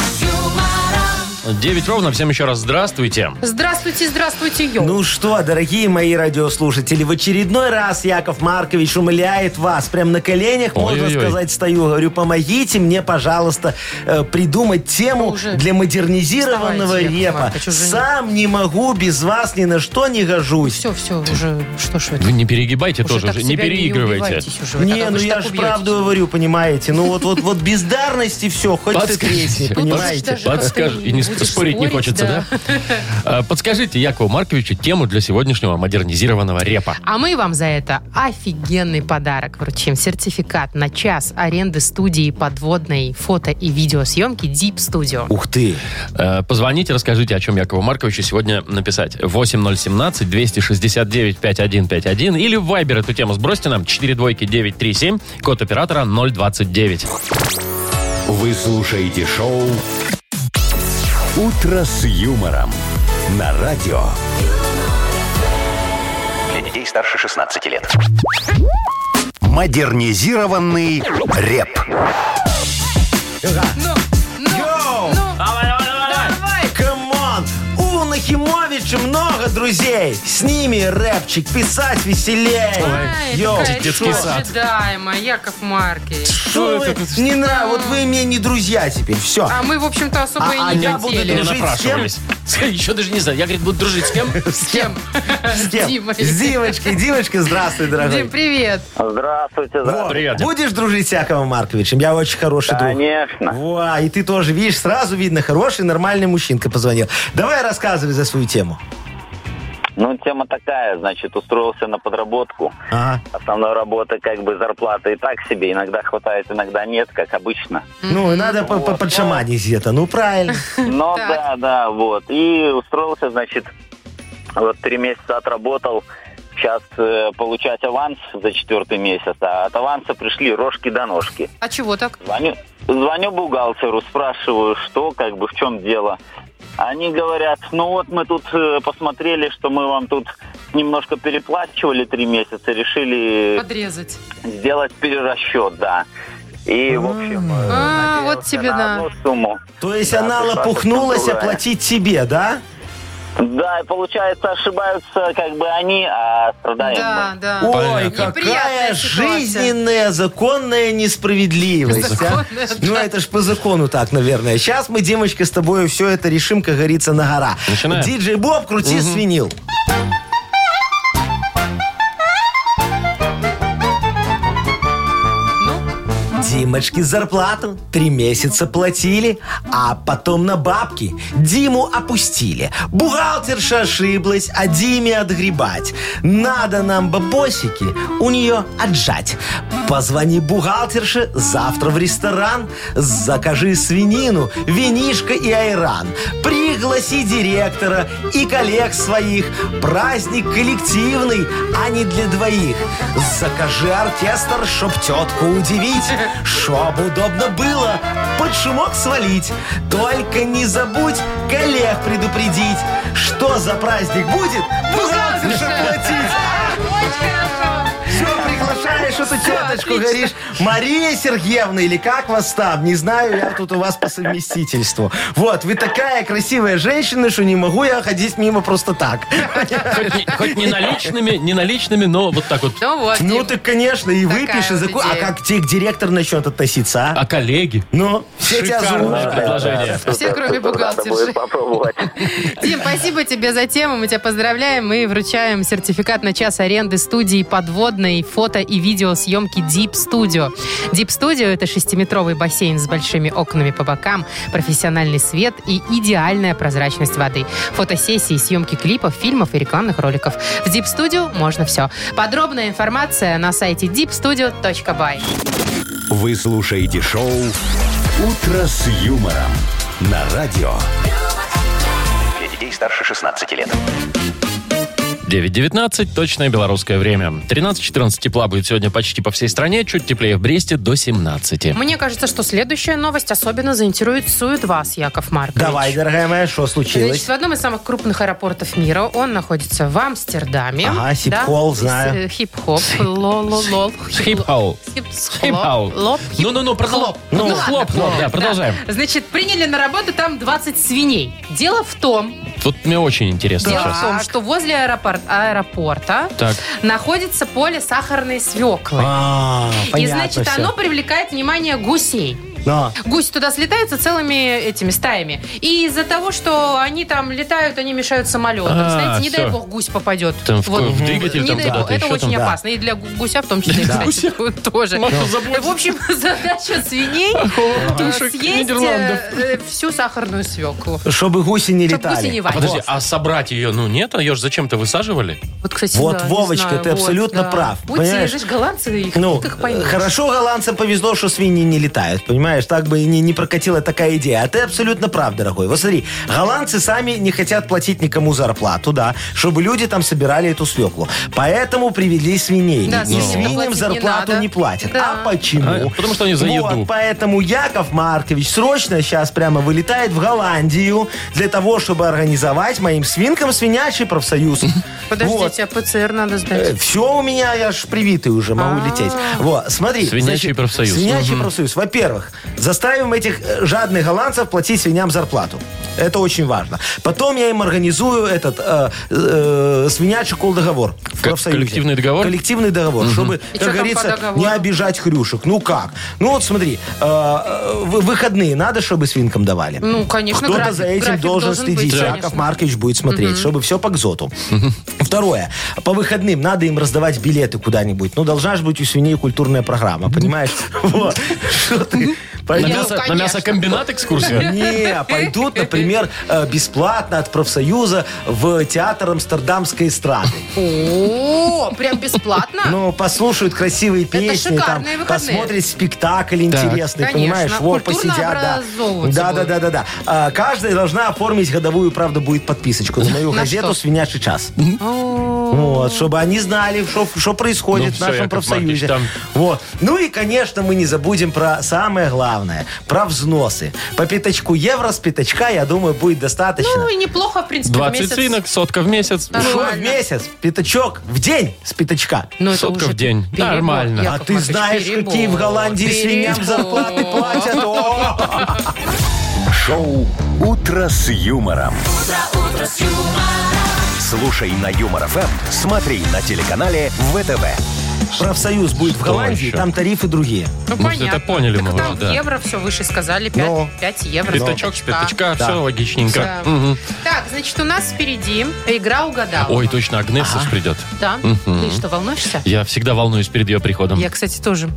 Speaker 1: 9 ровно, всем еще раз здравствуйте.
Speaker 3: Здравствуйте, здравствуйте, йоу.
Speaker 2: Ну что, дорогие мои радиослушатели, в очередной раз Яков Маркович умоляет вас. Прям на коленях, можно
Speaker 1: Ой-ой-ой.
Speaker 2: сказать, стою. Говорю, помогите мне, пожалуйста, э, придумать тему
Speaker 3: уже
Speaker 2: для модернизированного
Speaker 3: вставайте, Яков
Speaker 2: репа.
Speaker 3: Маркович, уже не-
Speaker 2: Сам не могу, без вас ни на что не гожусь.
Speaker 3: Все, все, уже, что ж вы
Speaker 1: Вы
Speaker 3: тут?
Speaker 1: не перегибайте
Speaker 3: Уже
Speaker 1: тоже,
Speaker 3: так
Speaker 1: же, не
Speaker 3: себя
Speaker 1: переигрывайте.
Speaker 3: убивайтесь уже, вы
Speaker 2: Не,
Speaker 3: так- вы
Speaker 2: ну
Speaker 3: ж
Speaker 2: я
Speaker 3: так
Speaker 2: же
Speaker 3: убьетесь.
Speaker 2: правду говорю, понимаете. Ну вот, вот, вот бездарности все, хоть ты тресни,
Speaker 1: Подскажите,
Speaker 2: понимаете?
Speaker 3: даже
Speaker 1: подскажите.
Speaker 3: как-то
Speaker 1: И не
Speaker 3: не
Speaker 1: сп-
Speaker 3: будешь
Speaker 1: спорить не
Speaker 3: спорить,
Speaker 1: хочется,
Speaker 3: да.
Speaker 1: да? А, Подскажите Якову Марковичу тему для сегодняшнего модернизированного репа.
Speaker 3: А мы вам за это офигенный подарок вручим. Сертификат на час аренды студии подводной фото и видеосъемки Deep Studio.
Speaker 2: Ух ты.
Speaker 1: Э, Позвоните, расскажите, о чем Якову Марковичу сегодня написать. 8017-269-5151 или в Viber эту тему сбросьте нам 42937, код оператора 029.
Speaker 4: Вы слушаете шоу «Утро с юмором» на радио.
Speaker 5: Для детей старше 16 лет.
Speaker 4: Модернизированный реп.
Speaker 3: Ну, ну,
Speaker 2: Йоу!
Speaker 3: ну, давай.
Speaker 2: Камон! У Нахимовича много друзей. С ними рэпчик, писать веселее.
Speaker 3: Ай,
Speaker 2: Йоу,
Speaker 3: какая
Speaker 1: детский
Speaker 3: чушь
Speaker 1: сад.
Speaker 3: ожидаемая, Яков Маркович.
Speaker 2: Что вы? Не на, вот вы мне не друзья теперь, все.
Speaker 3: А мы, в общем-то, особо
Speaker 2: А- а
Speaker 3: и не
Speaker 2: я буду
Speaker 3: хотели.
Speaker 1: Меня
Speaker 2: Дружить с
Speaker 1: напрашивались. Еще даже не знаю. Я, говорит, буду дружить с кем?
Speaker 2: С кем? С
Speaker 3: С
Speaker 2: кем?
Speaker 3: Димой.
Speaker 2: С Димочкой. Димочка, здравствуй, дорогой.
Speaker 3: Дим, привет.
Speaker 7: Здравствуйте,
Speaker 2: Во,
Speaker 1: Привет, Дим.
Speaker 2: Будешь дружить с Яковом Марковичем? Я очень хороший друг.
Speaker 7: Конечно.
Speaker 2: Во, и ты тоже, видишь, сразу видно, хороший, нормальный мужчинка позвонил. Давай рассказывай за свою тему.
Speaker 7: Ну, тема такая, значит, устроился на подработку.
Speaker 2: Ага.
Speaker 7: Основная работа, как бы, зарплата и так себе. Иногда хватает, иногда нет, как обычно.
Speaker 2: Ну, и надо по- по- подшаманить где-то. Ну, правильно.
Speaker 7: Ну
Speaker 3: Так.
Speaker 7: да, да, вот. И устроился, значит, вот три месяца отработал. Сейчас э, получать аванс за четвертый месяц, а от аванса пришли рожки до ножки.
Speaker 3: А чего так?
Speaker 7: Звоню, звоню бухгалтеру, спрашиваю, что, как бы, в чем дело. Они говорят, ну вот мы тут э, посмотрели, что мы вам тут немножко переплачивали три месяца, решили
Speaker 3: Подрезать.
Speaker 7: сделать перерасчет, да. И, в общем, э,
Speaker 3: А,
Speaker 7: надеялся
Speaker 3: вот тебе
Speaker 7: на
Speaker 3: на.
Speaker 7: одну сумму.
Speaker 2: То есть
Speaker 7: Да,
Speaker 2: она
Speaker 7: пришла
Speaker 2: лопухнулась,
Speaker 7: другая.
Speaker 2: оплатить тебе, да?
Speaker 7: Да, и получается, ошибаются как бы они, а страдаем
Speaker 3: Да,
Speaker 7: мы.
Speaker 3: да.
Speaker 2: Ой,
Speaker 1: Понятно.
Speaker 2: какая
Speaker 3: А. Неприятная ситуация.
Speaker 2: жизненная, законная несправедливость. а?
Speaker 3: Законная, да.
Speaker 2: Ну, это ж по закону так, наверное. Сейчас мы, Димочка, с тобой все это решим, как говорится, на гора.
Speaker 1: Начинаем.
Speaker 2: Диджей Боб, крути свинил.
Speaker 3: Ну,
Speaker 2: Димочке зарплату три месяца платили, а потом на бабки Диму опустили. Бухгалтерша ошиблась, а Диме отгребать. Надо нам бабосики у нее отжать. Позвони бухгалтерше завтра в ресторан, закажи свинину, винишко и айран. Пригласи директора и коллег своих. Праздник коллективный, а не для двоих. Закажи оркестр, чтоб тетку удивить, чтоб удобно было под шумок свалить. Только не забудь коллег предупредить, что за праздник будет, бухгалтерша платить. Все, приглашаешь эту теточку, говоришь, Мария Сергеевна, или как вас там, не знаю, я тут у вас по совместительству. Вот, вы такая красивая женщина, что не могу я ходить мимо просто так.
Speaker 1: Хоть не- Хоть не наличными, не наличными, но вот так вот.
Speaker 3: Ну вот,
Speaker 2: Ну
Speaker 3: Дим.
Speaker 2: ты, конечно, и
Speaker 3: Такая
Speaker 2: выпьешь, и
Speaker 3: у
Speaker 2: закуешь. А
Speaker 3: людей.
Speaker 2: как тебе директор начнет относиться, а?
Speaker 1: А коллеги?
Speaker 2: Ну, все тебя
Speaker 1: Шикарное
Speaker 2: зовут.
Speaker 1: предложение.
Speaker 3: Все, кроме
Speaker 7: Что-то надо
Speaker 3: бухгалтерши.
Speaker 7: будет попробовать.
Speaker 3: Дим, спасибо тебе за тему. Мы тебя поздравляем и вручаем сертификат на час аренды студии подводной фото- и видеосъемки Deep Studio. Deep Studio – это шестиметровый бассейн с большими окнами по бокам, профессиональный свет и идеальная прозрачность воды. Фотосессии, съемки клипов, фильмов и рекламных роликов. В Deep Studio можно все. Подробная информация на сайте deepstudio.by.
Speaker 4: Вы слушаете шоу «Утро с юмором» на радио.
Speaker 5: Для детей старше 16 лет.
Speaker 1: 9.19, точное белорусское время. 13-14 тепла будет сегодня почти по всей стране, чуть теплее в Бресте до 17.
Speaker 3: Мне кажется, что следующая новость особенно заинтересует вас, Яков Маркович.
Speaker 2: Давай, дорогая моя, что
Speaker 3: Значит,
Speaker 2: случилось?
Speaker 3: в одном из самых крупных аэропортов мира он находится в Амстердаме.
Speaker 2: Ага, хип-хол,
Speaker 3: С-
Speaker 2: знаю.
Speaker 3: э, Хип-хоп, ло-ло-лол.
Speaker 1: Хип-хоу. Хип-хоу.
Speaker 3: Лоп.
Speaker 1: Ну-ну-ну, продолжаем.
Speaker 3: Ну,
Speaker 1: Ну,
Speaker 3: ладно.
Speaker 1: хлоп, хлоп, да, продолжаем.
Speaker 3: Значит, приняли на работу там 20 свиней. Дело в том,
Speaker 1: Тут мне очень интересно
Speaker 3: дело
Speaker 1: сейчас.
Speaker 3: в том, что возле аэропор- аэропорта
Speaker 1: Так.
Speaker 3: находится поле сахарной свеклы.
Speaker 2: А,
Speaker 3: И
Speaker 2: понятно
Speaker 3: значит,
Speaker 2: всё.
Speaker 3: оно привлекает внимание гусей.
Speaker 2: Но.
Speaker 3: Гусь туда слетаются целыми этими стаями. И из-за того, что они там летают, они мешают самолетам.
Speaker 1: А,
Speaker 3: Знаете, не
Speaker 1: всё.
Speaker 3: дай бог гусь попадет.
Speaker 1: Там в ко- в двигатель
Speaker 3: не
Speaker 1: там
Speaker 3: дай бог.
Speaker 1: куда-то
Speaker 3: Это
Speaker 1: ещё
Speaker 3: очень
Speaker 1: там,
Speaker 2: да.
Speaker 3: опасно. И для гу- гуся в том числе, кстати, тоже. В общем, задача свиней э, съесть э, э, всю сахарную свеклу.
Speaker 2: Чтобы гуси не
Speaker 3: Чтоб гуси
Speaker 2: летали.
Speaker 3: не
Speaker 1: А подожди,
Speaker 3: варили.
Speaker 1: а собрать ее, ну нет, ее же зачем-то высаживали?
Speaker 3: Вот, кстати,
Speaker 2: Вот,
Speaker 3: да, не
Speaker 2: Вовочка,
Speaker 3: знаю,
Speaker 2: ты
Speaker 3: вот,
Speaker 2: абсолютно
Speaker 3: да.
Speaker 2: прав,
Speaker 3: Будь
Speaker 2: понимаешь?
Speaker 3: лежишь голландцы, их
Speaker 2: Ну,
Speaker 3: их поймешь.
Speaker 2: хорошо голландцам повезло, что свиньи не летают, понимаешь? Так бы и не, не прокатила такая идея. А ты абсолютно прав, дорогой. Вот смотри, голландцы сами не хотят платить никому зарплату, да, чтобы люди там собирали эту свеклу. Поэтому привели свиней.
Speaker 3: Да,
Speaker 2: и
Speaker 3: свиньям платить
Speaker 2: свиньям
Speaker 3: не
Speaker 2: зарплату
Speaker 3: надо.
Speaker 2: не, платят.
Speaker 3: Да.
Speaker 2: А почему?
Speaker 1: А, потому что они за
Speaker 2: Вот,
Speaker 1: еду.
Speaker 2: поэтому Яков Маркович срочно сейчас прямо вылетает в Голландию для того, чтобы организовать моим свинкам свинячий профсоюз. Вот. Э,
Speaker 3: Подождите, а ПЦР надо сдать.
Speaker 2: Все у меня, я ж привитый уже, могу лететь. Вот, смотри.
Speaker 1: Свинячий профсоюз.
Speaker 2: Свинячий профсоюз. Во-первых, заставим этих э, жадных голландцев платить свиням зарплату. Это очень важно. Потом я им организую этот э, э, свинячий колдоговор. в профсоюзе.
Speaker 1: коллективный договор?
Speaker 2: Коллективный договор, чтобы,
Speaker 3: И
Speaker 2: как
Speaker 3: чё там по
Speaker 2: говорится, не
Speaker 3: договору?
Speaker 2: обижать хрюшек. Ну как? Ну вот смотри, э, э, в- выходные надо, чтобы свинкам давали.
Speaker 3: Ну, конечно,
Speaker 2: Кто-то
Speaker 3: график-
Speaker 2: за этим
Speaker 3: график
Speaker 2: должен,
Speaker 3: должен быть,
Speaker 2: следить.
Speaker 3: конечно.
Speaker 2: Яков Маркович будет смотреть, чтобы все по кзоту. Второе. По выходным надо им раздавать билеты куда-нибудь. Ну, должна же быть у свиней культурная программа, понимаешь? Вот. Что ты?
Speaker 1: На,
Speaker 2: Пойдёт?
Speaker 1: мясо- на
Speaker 3: Ну, конечно.
Speaker 1: мясокомбинат экскурсия?
Speaker 2: Не, пойдут, например, э, бесплатно от профсоюза в театр Амстердамской эстрады.
Speaker 3: О, прям бесплатно?
Speaker 2: Ну, послушают красивые песни, там,
Speaker 3: шикарные выходные.
Speaker 2: посмотрят спектакль интересный,
Speaker 3: Конечно.
Speaker 2: понимаешь? Вот,
Speaker 3: Культурно
Speaker 2: посидят,
Speaker 3: образовываться
Speaker 2: да. Да, да,
Speaker 3: будут.
Speaker 2: да, да, да. А, каждая должна оформить годовую, правда, будет подписочку на мою
Speaker 3: На
Speaker 2: газету
Speaker 3: что?
Speaker 2: «Свинячий час».
Speaker 3: О,
Speaker 2: Вот, чтобы они знали, что, что происходит
Speaker 1: Ну,
Speaker 2: в
Speaker 1: всё,
Speaker 2: нашем
Speaker 1: Яков
Speaker 2: профсоюзе.
Speaker 1: Маркович, там-
Speaker 2: Вот. Ну и, конечно, мы не забудем про самое главное, про взносы. По пятачку евро с пятачка, я думаю, будет достаточно.
Speaker 3: Ну, и неплохо, в принципе, в
Speaker 1: 20
Speaker 3: месяц.
Speaker 1: свинок, сотка в месяц.
Speaker 3: Да.
Speaker 2: Шо в
Speaker 3: Ну, нормально.
Speaker 2: месяц, пятачок в день с пятачка.
Speaker 3: Ну, это
Speaker 1: Сотка
Speaker 3: уже
Speaker 1: в день.
Speaker 3: перебор,
Speaker 1: Нормально.
Speaker 3: Яков
Speaker 2: А ты
Speaker 3: Маркович,
Speaker 2: знаешь,
Speaker 3: перебор.
Speaker 2: какие в Голландии свиням
Speaker 3: Перебор. Ну,
Speaker 2: зарплаты платят? О!
Speaker 4: Шоу «Утро с юмором». Слушай на Юмор ФМ, смотри на телеканале ВТВ.
Speaker 2: профсоюз будет в
Speaker 1: Что
Speaker 2: Голландии,
Speaker 1: еще?
Speaker 2: там тарифы другие.
Speaker 3: Ну,
Speaker 1: Может, это поняли
Speaker 3: так
Speaker 1: мы
Speaker 3: там
Speaker 1: уже, да.
Speaker 3: евро все выше сказали, 5,
Speaker 2: Ну.
Speaker 3: евро.
Speaker 1: Пятачок с пятачка,
Speaker 2: Да.
Speaker 1: все логичненько.
Speaker 3: Да.
Speaker 1: Мгм.
Speaker 3: Так, значит, у нас впереди игра угадала.
Speaker 1: Ой, точно, Агнеса ж придет.
Speaker 3: Да?
Speaker 1: Мгм.
Speaker 3: Ты что, волнуешься?
Speaker 1: Я всегда волнуюсь перед ее приходом.
Speaker 3: Я, кстати, тоже.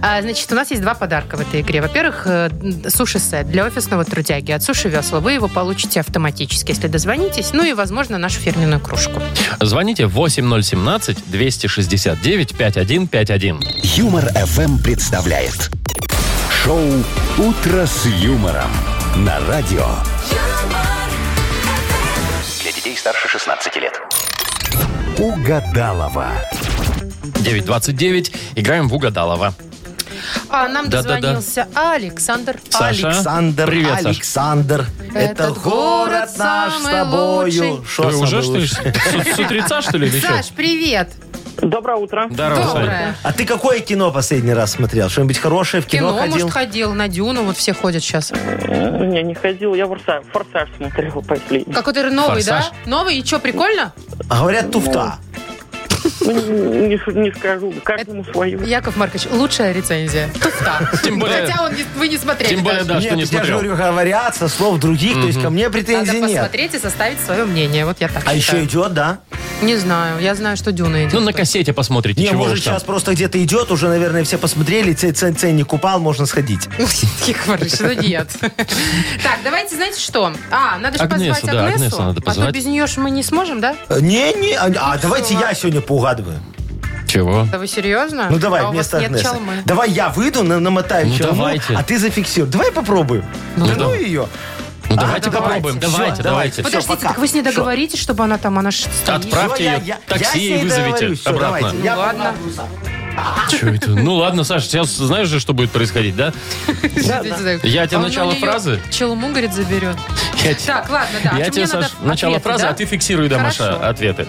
Speaker 3: А, значит, у нас есть два подарка в этой игре. Во-первых, э, м, суши-сет для офисного трудяги от Суши Весла. Вы его получите автоматически, если дозвонитесь. Ну и, возможно, нашу фирменную кружку.
Speaker 1: Звоните 8017-269-5151.
Speaker 4: Юмор FM представляет шоу Утро с юмором на радио.
Speaker 5: Для детей старше 16 лет.
Speaker 4: Угадалова.
Speaker 1: 929. Играем в Угадалова.
Speaker 3: А нам
Speaker 1: Да-да-да.
Speaker 3: дозвонился Александр.
Speaker 1: Саша.
Speaker 2: Александр,
Speaker 1: А? Привет, Саш.
Speaker 2: Александр, это
Speaker 3: Этот город
Speaker 2: город наш с
Speaker 3: самый
Speaker 2: тобою.
Speaker 3: лучший.
Speaker 2: Шо
Speaker 1: Вы
Speaker 2: самый
Speaker 1: уже что ли?
Speaker 2: лучший?
Speaker 1: С, с утреца, что ли, или
Speaker 3: Алик.
Speaker 1: что?
Speaker 3: Саш, привет.
Speaker 9: Доброе утро.
Speaker 1: Здорово, Сань.
Speaker 3: Доброе.
Speaker 2: А ты какое кино последний раз смотрел? Что-нибудь хорошее в кино,
Speaker 3: Кино,
Speaker 2: ходил?
Speaker 3: может, ходил на Дюну, вот все ходят сейчас.
Speaker 9: Э, Не, не ходил, я «Форсаж», форсаж смотрел последний.
Speaker 3: Какой-то новый,
Speaker 1: Форсаж?
Speaker 3: да? Новый, и что, прикольно?
Speaker 2: А Говорят, туфта.
Speaker 9: Ну, не, не- не скажу, каждому свое.
Speaker 3: Яков Маркович, лучшая рецензия. Туфта.
Speaker 1: Тем более-
Speaker 3: Хотя он не- вы не смотрели.
Speaker 1: Тем более,
Speaker 3: даже.
Speaker 1: да, что
Speaker 2: Нет,
Speaker 1: не
Speaker 2: я же
Speaker 1: смотрел.
Speaker 2: говорю, говорят со слов других, то есть ко мне
Speaker 3: Надо
Speaker 2: претензий нет.
Speaker 3: посмотреть и составить свое мнение. Вот я так
Speaker 2: А еще
Speaker 3: считаю.
Speaker 2: идет, да?
Speaker 3: Не знаю. Я знаю, что Дюна идет.
Speaker 1: Ну, на кассете посмотрите,
Speaker 2: Не,
Speaker 1: чего
Speaker 2: может,
Speaker 1: уж там.
Speaker 2: сейчас просто где-то идет, уже, наверное, все посмотрели, ц- ц- ценник упал, можно сходить.
Speaker 3: Яков Маркович, ну нет. Так, давайте, знаете что? А, надо же
Speaker 1: Агнесу,
Speaker 3: позвать
Speaker 1: да,
Speaker 3: Агнесу.
Speaker 1: Агнесу надо
Speaker 3: А
Speaker 1: позвать.
Speaker 3: то без нее ж мы не сможем, да?
Speaker 2: Э, Не-не, а, а давайте я сегодня поугадываю.
Speaker 1: Чего?
Speaker 3: Да вы серьезно?
Speaker 2: Ну давай,
Speaker 3: а у вас
Speaker 2: вместо
Speaker 3: нет
Speaker 2: Агнесы.
Speaker 3: чалмы.
Speaker 2: Давай я выйду, на- намотаю
Speaker 1: Ну,
Speaker 2: челму,
Speaker 1: давайте.
Speaker 2: а ты зафиксируй. Давай попробуем.
Speaker 1: Ну,
Speaker 2: да
Speaker 1: да.
Speaker 2: ну ее.
Speaker 1: Ну,
Speaker 2: А,
Speaker 1: давайте
Speaker 2: давайте.
Speaker 1: попробуем.
Speaker 2: Всё,
Speaker 1: Давайте, давайте.
Speaker 2: давайте.
Speaker 3: Подождите,
Speaker 2: всё, пока.
Speaker 3: так вы с ней
Speaker 2: Всё.
Speaker 3: договоритесь, чтобы она там, она ж стоит.
Speaker 1: Отправь. Отправьте
Speaker 2: Всё, я-
Speaker 1: её.
Speaker 2: я-
Speaker 1: Такси
Speaker 2: я с ней
Speaker 1: вызовите
Speaker 2: договорюсь. Всё,
Speaker 1: обратно.
Speaker 2: давайте.
Speaker 3: Ну
Speaker 2: Я
Speaker 3: ладно.
Speaker 1: Чё это? Ну ладно, Саша, сейчас знаешь же, что будет происходить, да? Я тебе
Speaker 3: А он
Speaker 1: начало
Speaker 3: у неё
Speaker 1: фразы?
Speaker 3: Челму, говорит, заберет.
Speaker 1: Я те-
Speaker 3: Так, ладно, да.
Speaker 1: Я
Speaker 3: А
Speaker 1: тебе,
Speaker 3: мне надо
Speaker 1: Саш, начало
Speaker 3: ответы,
Speaker 1: фразы,
Speaker 3: да?
Speaker 1: а ты фиксируй, да, Маша,
Speaker 3: Хорошо.
Speaker 1: ответы.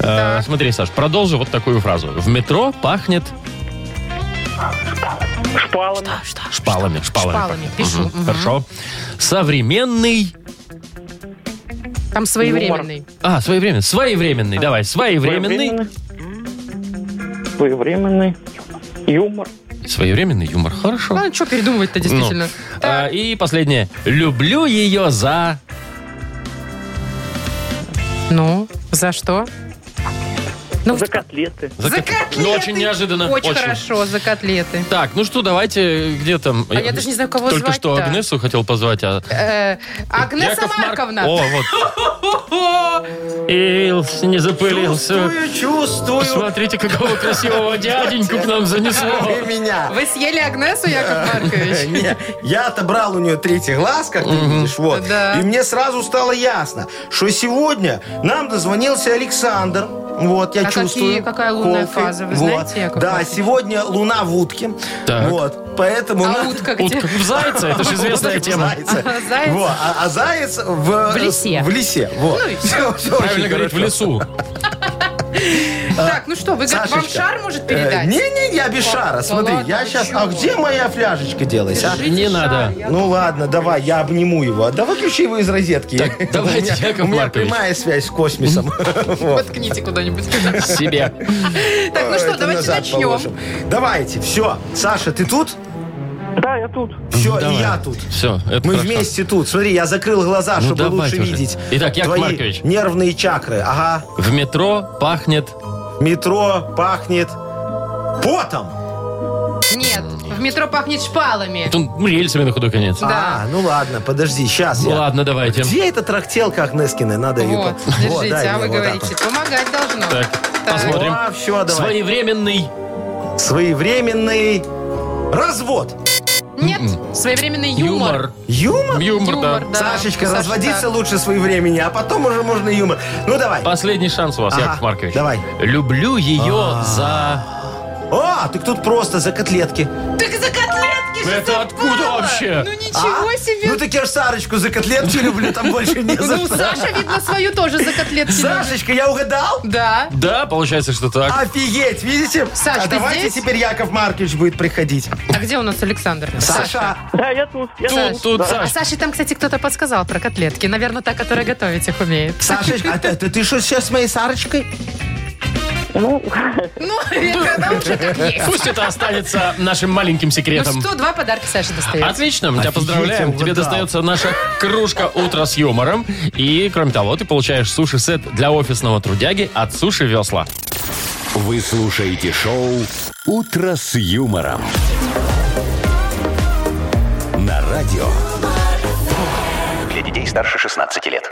Speaker 1: Э, Смотри, Саш, продолжи вот такую фразу. В метро пахнет
Speaker 9: Шпалами,
Speaker 1: шпалами. Шпалами.
Speaker 3: Шпалами,
Speaker 1: пахнет.
Speaker 3: пишу,
Speaker 1: Мгм,
Speaker 3: мгм.
Speaker 1: Хорошо. Современный...
Speaker 3: Там своевременный.
Speaker 1: А, своевременный. Своевременный, давай. Своевременный.
Speaker 9: Своевременный. Своевременный. Юмор.
Speaker 1: Своевременный юмор. Хорошо.
Speaker 3: Ладно, что передумывать-то действительно.
Speaker 1: Ну, а, и последнее. Люблю ее за...
Speaker 3: Ну, за что? Ну,
Speaker 9: За котлеты.
Speaker 1: За
Speaker 3: За
Speaker 1: кот-
Speaker 3: котлеты.
Speaker 1: Ну, очень неожиданно.
Speaker 3: Очень, хорошо, за котлеты.
Speaker 1: Так, ну что, давайте, где там...
Speaker 3: А я даже не знаю, кого
Speaker 1: Только
Speaker 3: звать-то.
Speaker 1: что Агнесу хотел позвать, а...
Speaker 3: Э, Агнеса
Speaker 1: Яков Марк-
Speaker 3: Марковна.
Speaker 1: О, вот. Ился, не запылился.
Speaker 2: Чувствую, чувствую.
Speaker 1: Смотрите, какого красивого дяденьку к нам занесло.
Speaker 2: Ты меня.
Speaker 3: Вы съели Агнесу, Яков Маркович?
Speaker 2: Э, Не, я отобрал у нее третий глаз, как ты видишь, вот.
Speaker 3: Да.
Speaker 2: И мне сразу стало ясно, что сегодня нам дозвонился Александр. Вот, я
Speaker 3: А какие-
Speaker 2: чувствую.
Speaker 3: какая лунная
Speaker 2: Колкой.
Speaker 3: фаза, вы
Speaker 2: Вот.
Speaker 3: знаете, Яков
Speaker 2: Да,
Speaker 3: Маркович?
Speaker 2: сегодня луна в утке.
Speaker 1: Так.
Speaker 2: Вот, поэтому...
Speaker 3: А
Speaker 2: на-
Speaker 3: утка где?
Speaker 1: Утка в зайца, это же известная
Speaker 2: Заяц.
Speaker 1: тема.
Speaker 3: Заяц?
Speaker 2: Во, а, а заяц в,
Speaker 3: В лесе.
Speaker 2: В лесе. Вот.
Speaker 3: Ну и всё.
Speaker 2: Всё, всё
Speaker 1: Правильно
Speaker 2: очень
Speaker 1: говорить, в
Speaker 2: хорошо.
Speaker 1: лесу.
Speaker 3: Так, ну что, вы говорите, вам
Speaker 2: Сашечка,
Speaker 3: шар может
Speaker 2: Э,
Speaker 3: передать?
Speaker 2: Не-не, я без шара. Смотри,
Speaker 3: ладно,
Speaker 2: я
Speaker 3: вы
Speaker 2: сейчас.
Speaker 3: чего?
Speaker 2: А где моя фляжечка делась? а?
Speaker 1: Не надо.
Speaker 2: Ну ладно, давай, я обниму его. Давай ключи его из розетки.
Speaker 1: давайте,
Speaker 2: У меня-
Speaker 1: Яков
Speaker 2: У меня
Speaker 1: Маркович. Ну
Speaker 2: прямая связь с космосом. Вот.
Speaker 3: Воткните куда-нибудь.
Speaker 1: Себе.
Speaker 3: Так, ну что,
Speaker 2: Это
Speaker 3: давайте
Speaker 2: назад
Speaker 3: начнем.
Speaker 2: положим. Давайте, все. Саша, ты тут?
Speaker 9: Да, я тут.
Speaker 2: Все, и
Speaker 1: Ну, Давай.
Speaker 2: я тут.
Speaker 1: Все, это
Speaker 2: Мы
Speaker 1: хорошо.
Speaker 2: вместе тут. Смотри, я закрыл глаза,
Speaker 1: Ну,
Speaker 2: чтобы
Speaker 1: давайте
Speaker 2: лучше
Speaker 1: уже.
Speaker 2: видеть.
Speaker 1: Итак, Яков
Speaker 2: твои
Speaker 1: Маркович.
Speaker 2: Нервные чакры. Ага.
Speaker 1: В метро пахнет...
Speaker 2: Метро пахнет потом.
Speaker 3: Нет, в метро пахнет шпалами.
Speaker 1: Тут ну, рельсами на худой конец.
Speaker 3: Да.
Speaker 2: А, ну ладно, подожди, сейчас
Speaker 1: Ну
Speaker 2: я.
Speaker 1: Ладно, давайте.
Speaker 2: Где этот трактелка Агнескины? Надо ее...
Speaker 3: Вот,
Speaker 2: по- Вот,
Speaker 3: держите,
Speaker 2: дай
Speaker 3: а
Speaker 2: мне
Speaker 3: вы
Speaker 2: вот так
Speaker 3: говорите, помогать должно.
Speaker 1: Так,
Speaker 2: вот.
Speaker 1: посмотрим.
Speaker 2: А, все, давай.
Speaker 1: Своевременный.
Speaker 2: Своевременный развод.
Speaker 3: Нет, своевременный юмор.
Speaker 1: Юмор.
Speaker 2: Юмор?
Speaker 1: Юмор, да.
Speaker 3: Юмор, да.
Speaker 2: Сашечка,
Speaker 3: Саша,
Speaker 2: разводиться
Speaker 3: да.
Speaker 2: лучше своевремени, а потом уже можно юмор. Ну давай.
Speaker 1: Последний шанс у вас,
Speaker 2: Ага,
Speaker 1: Яков Маркович.
Speaker 2: давай. А.
Speaker 1: Люблю ее за...
Speaker 2: О, так тут просто за котлетки.
Speaker 3: Так за котлетки же
Speaker 1: Это
Speaker 3: совпало!
Speaker 1: откуда вообще?
Speaker 3: Ну ничего
Speaker 2: А? Ну
Speaker 3: себе!
Speaker 2: так я ж Сарочку за котлетки люблю, там больше не за
Speaker 3: Ну,
Speaker 2: что.
Speaker 3: Саша, видно, свою тоже за котлетки. любит.
Speaker 2: Сашечка, я угадал?
Speaker 3: Да.
Speaker 1: Да, получается, что так.
Speaker 2: Офигеть, видите?
Speaker 3: Саш,
Speaker 2: а
Speaker 3: ты
Speaker 2: давайте
Speaker 3: здесь?
Speaker 2: теперь Яков Маркович будет приходить.
Speaker 3: А где у нас Александр?
Speaker 2: Саша.
Speaker 9: Да, я тут. Я
Speaker 1: Тут, тут,
Speaker 3: А
Speaker 1: Саш.
Speaker 3: Саше там, кстати, кто-то подсказал про котлетки. Наверное, та, которая готовить их умеет.
Speaker 2: Сашечка, а ты, ты- ты что сейчас с моей Сарочкой?
Speaker 9: Ну,
Speaker 3: Ну, это лучше как есть.
Speaker 1: Пусть это останется нашим маленьким
Speaker 3: Ну
Speaker 1: секретом.
Speaker 3: что, два подарка Саша достает.
Speaker 1: Отлично, мы тебя
Speaker 2: Офигеть,
Speaker 1: поздравляем.
Speaker 2: я
Speaker 1: Тебе
Speaker 2: угадал.
Speaker 1: достается наша кружка «Утро с юмором». И, кроме того, ты получаешь суши-сет для офисного трудяги от «Суши Весла».
Speaker 4: Вы слушаете шоу «Утро с юмором». На радио
Speaker 5: Для детей старше 16 лет.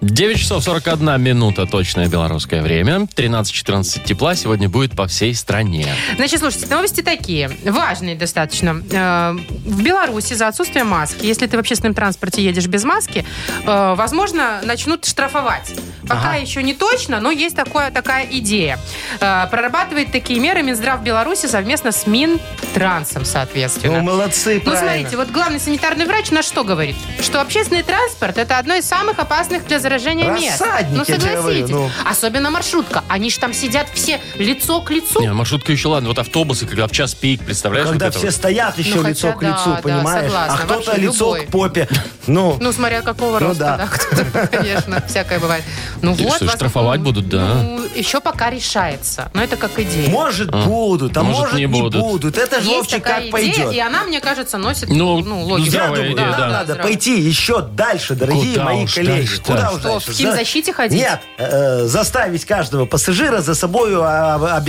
Speaker 1: 9 часов 41 минута, точное белорусское время. 13-14 тепла сегодня будет по всей стране.
Speaker 3: Значит, слушайте, новости такие, важные достаточно. Э, В Беларуси за отсутствие маски, если ты в общественном транспорте едешь без маски, э, возможно, начнут штрафовать. Пока еще не точно, но есть такое, такая идея. Э, Прорабатывает такие меры Минздрав Беларуси совместно с Минтрансом, соответственно.
Speaker 2: Ну, молодцы,
Speaker 3: Ну,
Speaker 2: правильно.
Speaker 3: смотрите, вот главный санитарный врач на что говорит? Что общественный транспорт это одно из самых опасных для заражения мест.
Speaker 2: Рассадники,
Speaker 3: Ну,
Speaker 2: я тебе говорю,
Speaker 3: согласитесь.
Speaker 2: ну.
Speaker 3: Особенно маршрутка. Они же там сидят все лицо к лицу.
Speaker 1: Не, ну, маршрутка еще ладно, вот автобусы, когда в час пик, представляешь?
Speaker 2: Когда
Speaker 1: вот это
Speaker 2: все
Speaker 1: вот.
Speaker 2: стоят еще
Speaker 3: Ну, хотя
Speaker 2: лицо к
Speaker 3: да,
Speaker 2: лицу,
Speaker 3: да,
Speaker 2: понимаешь?
Speaker 3: согласна.
Speaker 2: а кто-то
Speaker 3: Вообще
Speaker 2: лицо
Speaker 3: любой.
Speaker 2: к попе. Ну,
Speaker 3: Ну, смотря какого
Speaker 2: Ну
Speaker 3: роста,
Speaker 2: да.
Speaker 3: да, кто-то, конечно, всякое бывает. Ну
Speaker 1: Ты что,
Speaker 3: вот. возможно,
Speaker 1: штрафовать будут, да?
Speaker 3: Ну, еще пока решается. Но это как идея.
Speaker 2: может, будут, а
Speaker 1: Э, Может,
Speaker 2: может,
Speaker 1: не
Speaker 2: не
Speaker 1: будут.
Speaker 2: будут. Это же
Speaker 3: Есть
Speaker 2: Вовчик
Speaker 3: такая
Speaker 2: как
Speaker 3: идея, и
Speaker 2: пойдет.
Speaker 3: она, мне кажется, носит
Speaker 1: Ну,
Speaker 3: ну, логику.
Speaker 1: здравая
Speaker 2: думаю,
Speaker 1: идея,
Speaker 2: нам
Speaker 1: да.
Speaker 2: надо
Speaker 3: здравая.
Speaker 2: пойти еще дальше, дорогие
Speaker 1: Куда
Speaker 2: мои
Speaker 1: уж
Speaker 2: коллеги.
Speaker 1: дальше-то?
Speaker 2: Куда уж
Speaker 3: Что,
Speaker 2: дальше?
Speaker 3: в химзащите ходить?
Speaker 2: Нет, э, заставить каждого пассажира за а, собой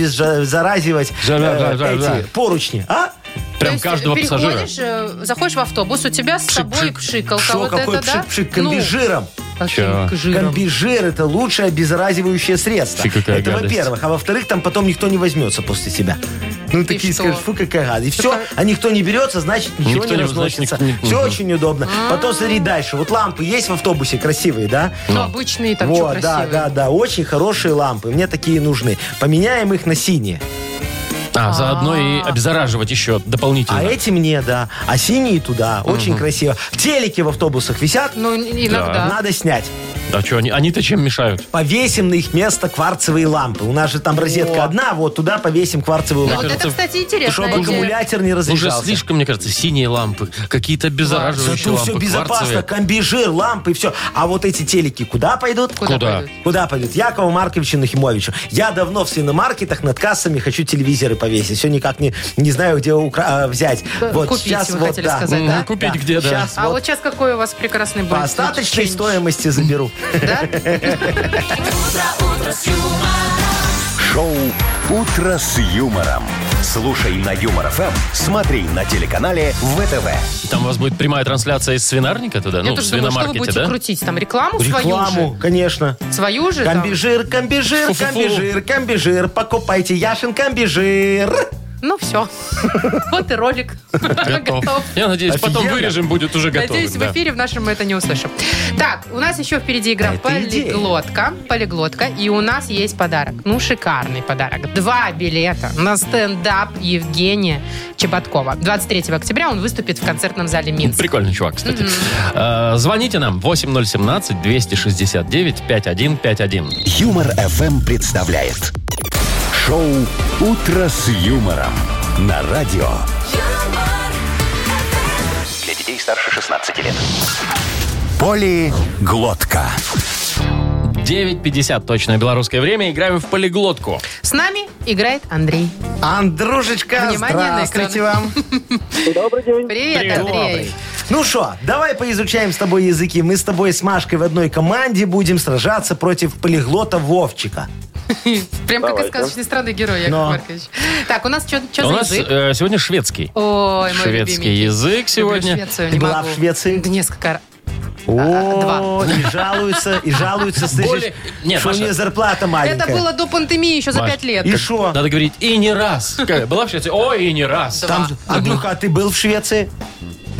Speaker 2: обеззаразивать
Speaker 1: Да, да, да, да, да.
Speaker 2: э, эти поручни. А?
Speaker 3: То
Speaker 1: Прям
Speaker 3: есть э,
Speaker 1: каждого пассажира.
Speaker 3: переходишь, э, заходишь в автобус, у тебя с собой пшикалка.
Speaker 2: Что,
Speaker 3: вот
Speaker 2: какой
Speaker 3: А это, да?
Speaker 2: пшик-пшик,
Speaker 3: Ну,
Speaker 2: комбижиром?
Speaker 3: каким
Speaker 1: Чё?
Speaker 3: жиром?
Speaker 2: Комбижир это лучшее обеззаразивающее средство.
Speaker 1: Фи, какая
Speaker 2: это
Speaker 1: гадость.
Speaker 2: во-первых. А во-вторых, там потом никто не возьмется после тебя. Ну, такие
Speaker 3: что?
Speaker 2: скажешь, фу, какая гадость. И все,
Speaker 3: Такая-
Speaker 2: а никто не берется, значит, ничего
Speaker 1: Никто
Speaker 2: не
Speaker 1: не- значит,
Speaker 2: разносится.
Speaker 1: никто не-
Speaker 2: Все
Speaker 1: Мгм.
Speaker 2: очень удобно. Потом смотри дальше. Вот лампы есть в автобусе красивые, да?
Speaker 3: Ну, обычные там, чё
Speaker 2: вот, да,
Speaker 3: красивые.
Speaker 2: да, да. Очень хорошие лампы. Мне такие нужны. Поменяем их на синие.
Speaker 1: А, заодно и обеззараживать еще дополнительно.
Speaker 2: А эти мне, да. А синие туда. Очень красиво. Телеки в автобусах висят.
Speaker 3: Ну, иногда.
Speaker 2: Надо снять.
Speaker 1: А что, они, они-то чем мешают?
Speaker 2: Повесим на их место кварцевые лампы. У нас же там розетка одна, вот туда повесим кварцевую
Speaker 3: Ну,
Speaker 2: лампу.
Speaker 3: вот это,
Speaker 1: кажется,
Speaker 3: кстати, интересно.
Speaker 2: Чтобы аккумулятор не
Speaker 1: Уже
Speaker 2: разряжался.
Speaker 1: слишком, мне кажется, синие лампы, какие-то обеззараживающие
Speaker 2: Зато
Speaker 1: лампы,
Speaker 2: все безопасно,
Speaker 1: кварцевые.
Speaker 2: комбижир, лампы, все. А вот эти телеки куда пойдут?
Speaker 1: Куда?
Speaker 2: Куда пойдут? Якову Марковичу Нахимовичу. Я давно в свиномаркетах над кассами хочу телевизоры повесить. Все никак не, не знаю, где укра- а, взять.
Speaker 3: Да,
Speaker 2: Вот
Speaker 3: купить,
Speaker 2: сейчас
Speaker 3: вы
Speaker 2: вот,
Speaker 3: хотели
Speaker 2: да.
Speaker 3: сказать, да?
Speaker 1: Купить где, да.
Speaker 2: Сейчас
Speaker 3: А
Speaker 2: вот,
Speaker 3: вот сейчас какой у вас прекрасный будет?
Speaker 2: по остаточной
Speaker 3: ченч.
Speaker 2: стоимости заберу.
Speaker 3: Да?
Speaker 4: Шоу «Утро с юмором». Слушай на Юмор ФМ, смотри на телеканале ВТВ.
Speaker 1: Там у вас будет прямая трансляция из свинарника туда,
Speaker 3: Я
Speaker 1: ну, в
Speaker 3: тоже думаю, что вы
Speaker 1: свиномаркете,
Speaker 3: будете
Speaker 1: да?
Speaker 3: крутить? Там рекламу, свою
Speaker 2: Рекламу, конечно.
Speaker 3: же? Свою же? там?
Speaker 2: Комбижир, комбижир,
Speaker 1: Фу-фу-фу.
Speaker 2: комбижир, комбижир. Покупайте Яшин комбижир.
Speaker 3: Ну все. Вот и ролик. Готов.
Speaker 1: Я надеюсь, потом
Speaker 2: Офигенно.
Speaker 1: вырежем, будет уже готово.
Speaker 3: Надеюсь, в эфире в нашем мы это не услышим. Так, у нас еще впереди игра
Speaker 2: Это идея.
Speaker 3: «Полиглотка». Полиглотка. И у нас есть подарок. Ну, шикарный подарок. Два билета на стендап Евгения Чеботкова. 23 октября он выступит в концертном зале
Speaker 1: Ну,
Speaker 3: Минск.
Speaker 1: Прикольный чувак, кстати. Э, Звоните нам 8017-269-5151.
Speaker 4: Юмор ФМ представляет. Шоу «Утро с юмором» на радио.
Speaker 5: Для детей старше 16 лет.
Speaker 4: Полиглотка.
Speaker 1: 9.50 точное белорусское время. Играем в полиглотку.
Speaker 3: С нами играет Андрей.
Speaker 2: Андрушечка,
Speaker 3: Внимание на
Speaker 2: здравствуйте
Speaker 3: экран.
Speaker 2: вам.
Speaker 3: Привет, Андрей.
Speaker 2: Ну что, давай поизучаем с тобой языки. Мы с тобой с Машкой в одной команде будем сражаться против полиглота Вовчика.
Speaker 3: Прям как из сказочной страны герой, Яков
Speaker 2: Но.
Speaker 3: Маркович. Так, у нас что
Speaker 1: У
Speaker 3: за
Speaker 1: нас
Speaker 3: язык?
Speaker 1: э, сегодня шведский.
Speaker 3: Ой, мой
Speaker 1: Шведский
Speaker 3: любименький.
Speaker 1: язык
Speaker 3: Люблю
Speaker 1: сегодня.
Speaker 3: Швецию,
Speaker 2: Ты
Speaker 3: не
Speaker 2: была
Speaker 3: могу.
Speaker 2: в Швеции?
Speaker 3: Да несколько раз.
Speaker 2: О, и жалуются, и жалуются, слышишь,
Speaker 1: Более- Нет,
Speaker 2: что у
Speaker 1: Маша.
Speaker 2: нее зарплата
Speaker 3: Это
Speaker 2: маленькая.
Speaker 3: было до пандемии, еще за
Speaker 1: Маш,
Speaker 3: пять лет.
Speaker 2: И шо?
Speaker 1: Надо говорить и не раз. Какая Была в Швеции? О, и не раз.
Speaker 2: Там же- Андрюха, а ты был в Швеции?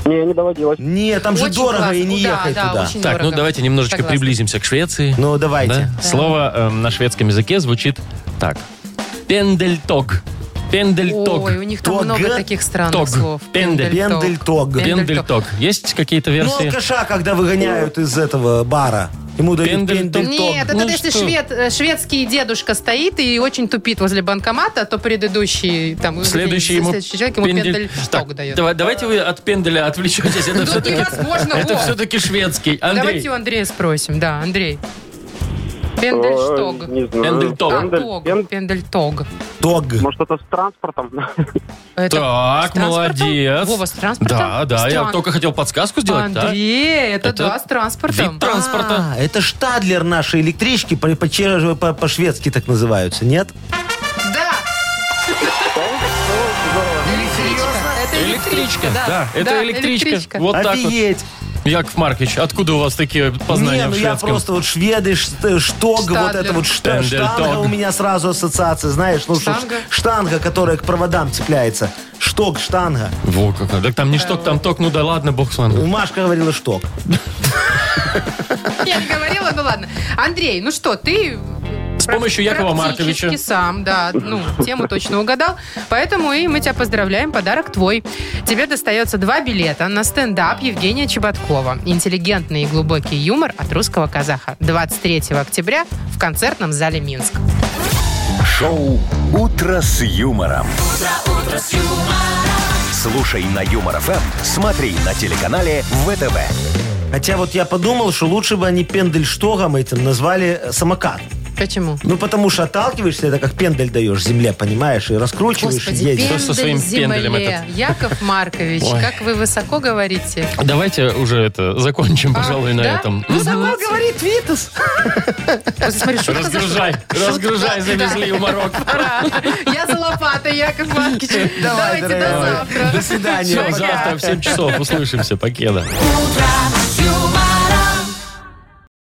Speaker 9: Не, не доводилось.
Speaker 2: Не, там же
Speaker 3: Очень
Speaker 2: дорого
Speaker 3: классно.
Speaker 2: и не
Speaker 3: Да,
Speaker 2: ехать
Speaker 3: да,
Speaker 2: туда.
Speaker 3: очень
Speaker 1: Так, ну
Speaker 3: дорого.
Speaker 1: давайте немножечко
Speaker 3: Согласна.
Speaker 1: приблизимся к Швеции.
Speaker 2: Ну, давайте.
Speaker 1: Да? Слово э, на шведском языке звучит так. Пендельток. Пендельток.
Speaker 3: Ой, у них там
Speaker 2: Тог.
Speaker 3: много таких странных
Speaker 1: Тог.
Speaker 3: слов.
Speaker 1: Пендель.
Speaker 2: Пендельтог.
Speaker 1: Пендельток. Есть какие-то
Speaker 2: Ну,
Speaker 1: версии?
Speaker 2: алкаша, когда выгоняют из этого бара. Ему дают
Speaker 1: Пендельток.
Speaker 2: пендельток.
Speaker 3: Нет, это
Speaker 1: Ну
Speaker 3: если
Speaker 1: что?
Speaker 3: швед, э, шведский дедушка стоит и очень тупит возле банкомата, то предыдущий там
Speaker 1: Следующий
Speaker 3: извините,
Speaker 1: ему,
Speaker 3: следующий человек ему
Speaker 1: пендель-
Speaker 3: пендельшток
Speaker 1: Так,
Speaker 3: дает. Ну,
Speaker 1: давай- давайте вы от пенделя отвлечетесь. Это
Speaker 3: Тут
Speaker 1: все-таки,
Speaker 3: невозможно,
Speaker 1: это
Speaker 3: Вов.
Speaker 1: все-таки шведский. Андрей,
Speaker 3: Давайте у Андрея спросим. Да, Андрей. Пендельштог.
Speaker 10: Не знаю.
Speaker 1: Пендельтог.
Speaker 3: А,
Speaker 10: Пендель-
Speaker 3: тог.
Speaker 10: пен-
Speaker 3: Пендельтог.
Speaker 2: Тог.
Speaker 10: Может, это с транспортом?
Speaker 3: Это
Speaker 1: Так,
Speaker 3: с транспортом?
Speaker 1: молодец.
Speaker 3: Вова, с транспортом?
Speaker 1: Да, да,
Speaker 3: С
Speaker 1: я
Speaker 3: тран-
Speaker 1: только хотел подсказку сделать, да?
Speaker 3: Андрей, это,
Speaker 1: Это
Speaker 3: да, с транспортом.
Speaker 1: вид транспорта.
Speaker 2: А, это штадлер нашей электрички, по- по- че- по- по-шведски так называются, нет?
Speaker 3: А, да. Это
Speaker 1: Электричка, да, это
Speaker 3: Да,
Speaker 1: электричка. Вот так вот.
Speaker 2: Офигеть!
Speaker 1: Яков Маркович, откуда у вас такие познания
Speaker 2: Не, ну
Speaker 1: в
Speaker 2: я
Speaker 1: шведском?
Speaker 2: просто вот шведы, шт- штог,
Speaker 3: Штадлер.
Speaker 2: вот это вот шта-
Speaker 1: Штендель,
Speaker 2: штанга
Speaker 1: тог.
Speaker 2: у меня сразу ассоциация, знаешь, ну что ж,
Speaker 3: Штанга?
Speaker 2: штанга, которая к проводам цепляется. Штог, штанга.
Speaker 1: Во, как надо. Так там не шток, там ток, ну да ладно, бог с вами.
Speaker 2: Машка говорила штог.
Speaker 3: Я не говорила, ну ладно. Андрей, ну что, ты...
Speaker 1: С помощью Якова
Speaker 3: практически
Speaker 1: Марковича.
Speaker 3: сам, да. Ну, тему точно угадал. Поэтому и мы тебя поздравляем. Подарок твой. Тебе достается два билета на стендап Евгения Чеботкова. Интеллигентный и глубокий юмор от русского казаха. 23 октября в концертном зале Минск.
Speaker 4: Шоу «Утро с юмором». Слушай на Юмор ФМ, смотри на телеканале ВТВ.
Speaker 2: Хотя вот я подумал, что лучше бы они пендельштогом этим назвали э, самокат.
Speaker 3: Почему?
Speaker 2: Ну, потому что отталкиваешься, это как пендель даешь земле, понимаешь, и раскручиваешь,
Speaker 3: Господи,
Speaker 2: и едешь.
Speaker 1: пен- Кто со своим
Speaker 3: пендель земле.
Speaker 1: пенделем этот?
Speaker 3: Яков Маркович,
Speaker 1: Ой.
Speaker 3: как вы высоко говорите.
Speaker 1: Давайте уже это закончим, пожалуй, на
Speaker 3: А, да?
Speaker 1: этом.
Speaker 3: Ну, давай,
Speaker 2: говорит Витас.
Speaker 3: Просто смотри, шутка за
Speaker 1: Разгружай, разгружай, завезли уморок.
Speaker 3: Ура! Я за лопатой, Яков Маркович.
Speaker 2: Давай,
Speaker 3: Давайте
Speaker 2: дорогая
Speaker 3: до
Speaker 2: моя.
Speaker 3: завтра.
Speaker 2: До свидания.
Speaker 1: Все, завтра в 7 часов услышимся. Покеда.
Speaker 11: Утро с юмором.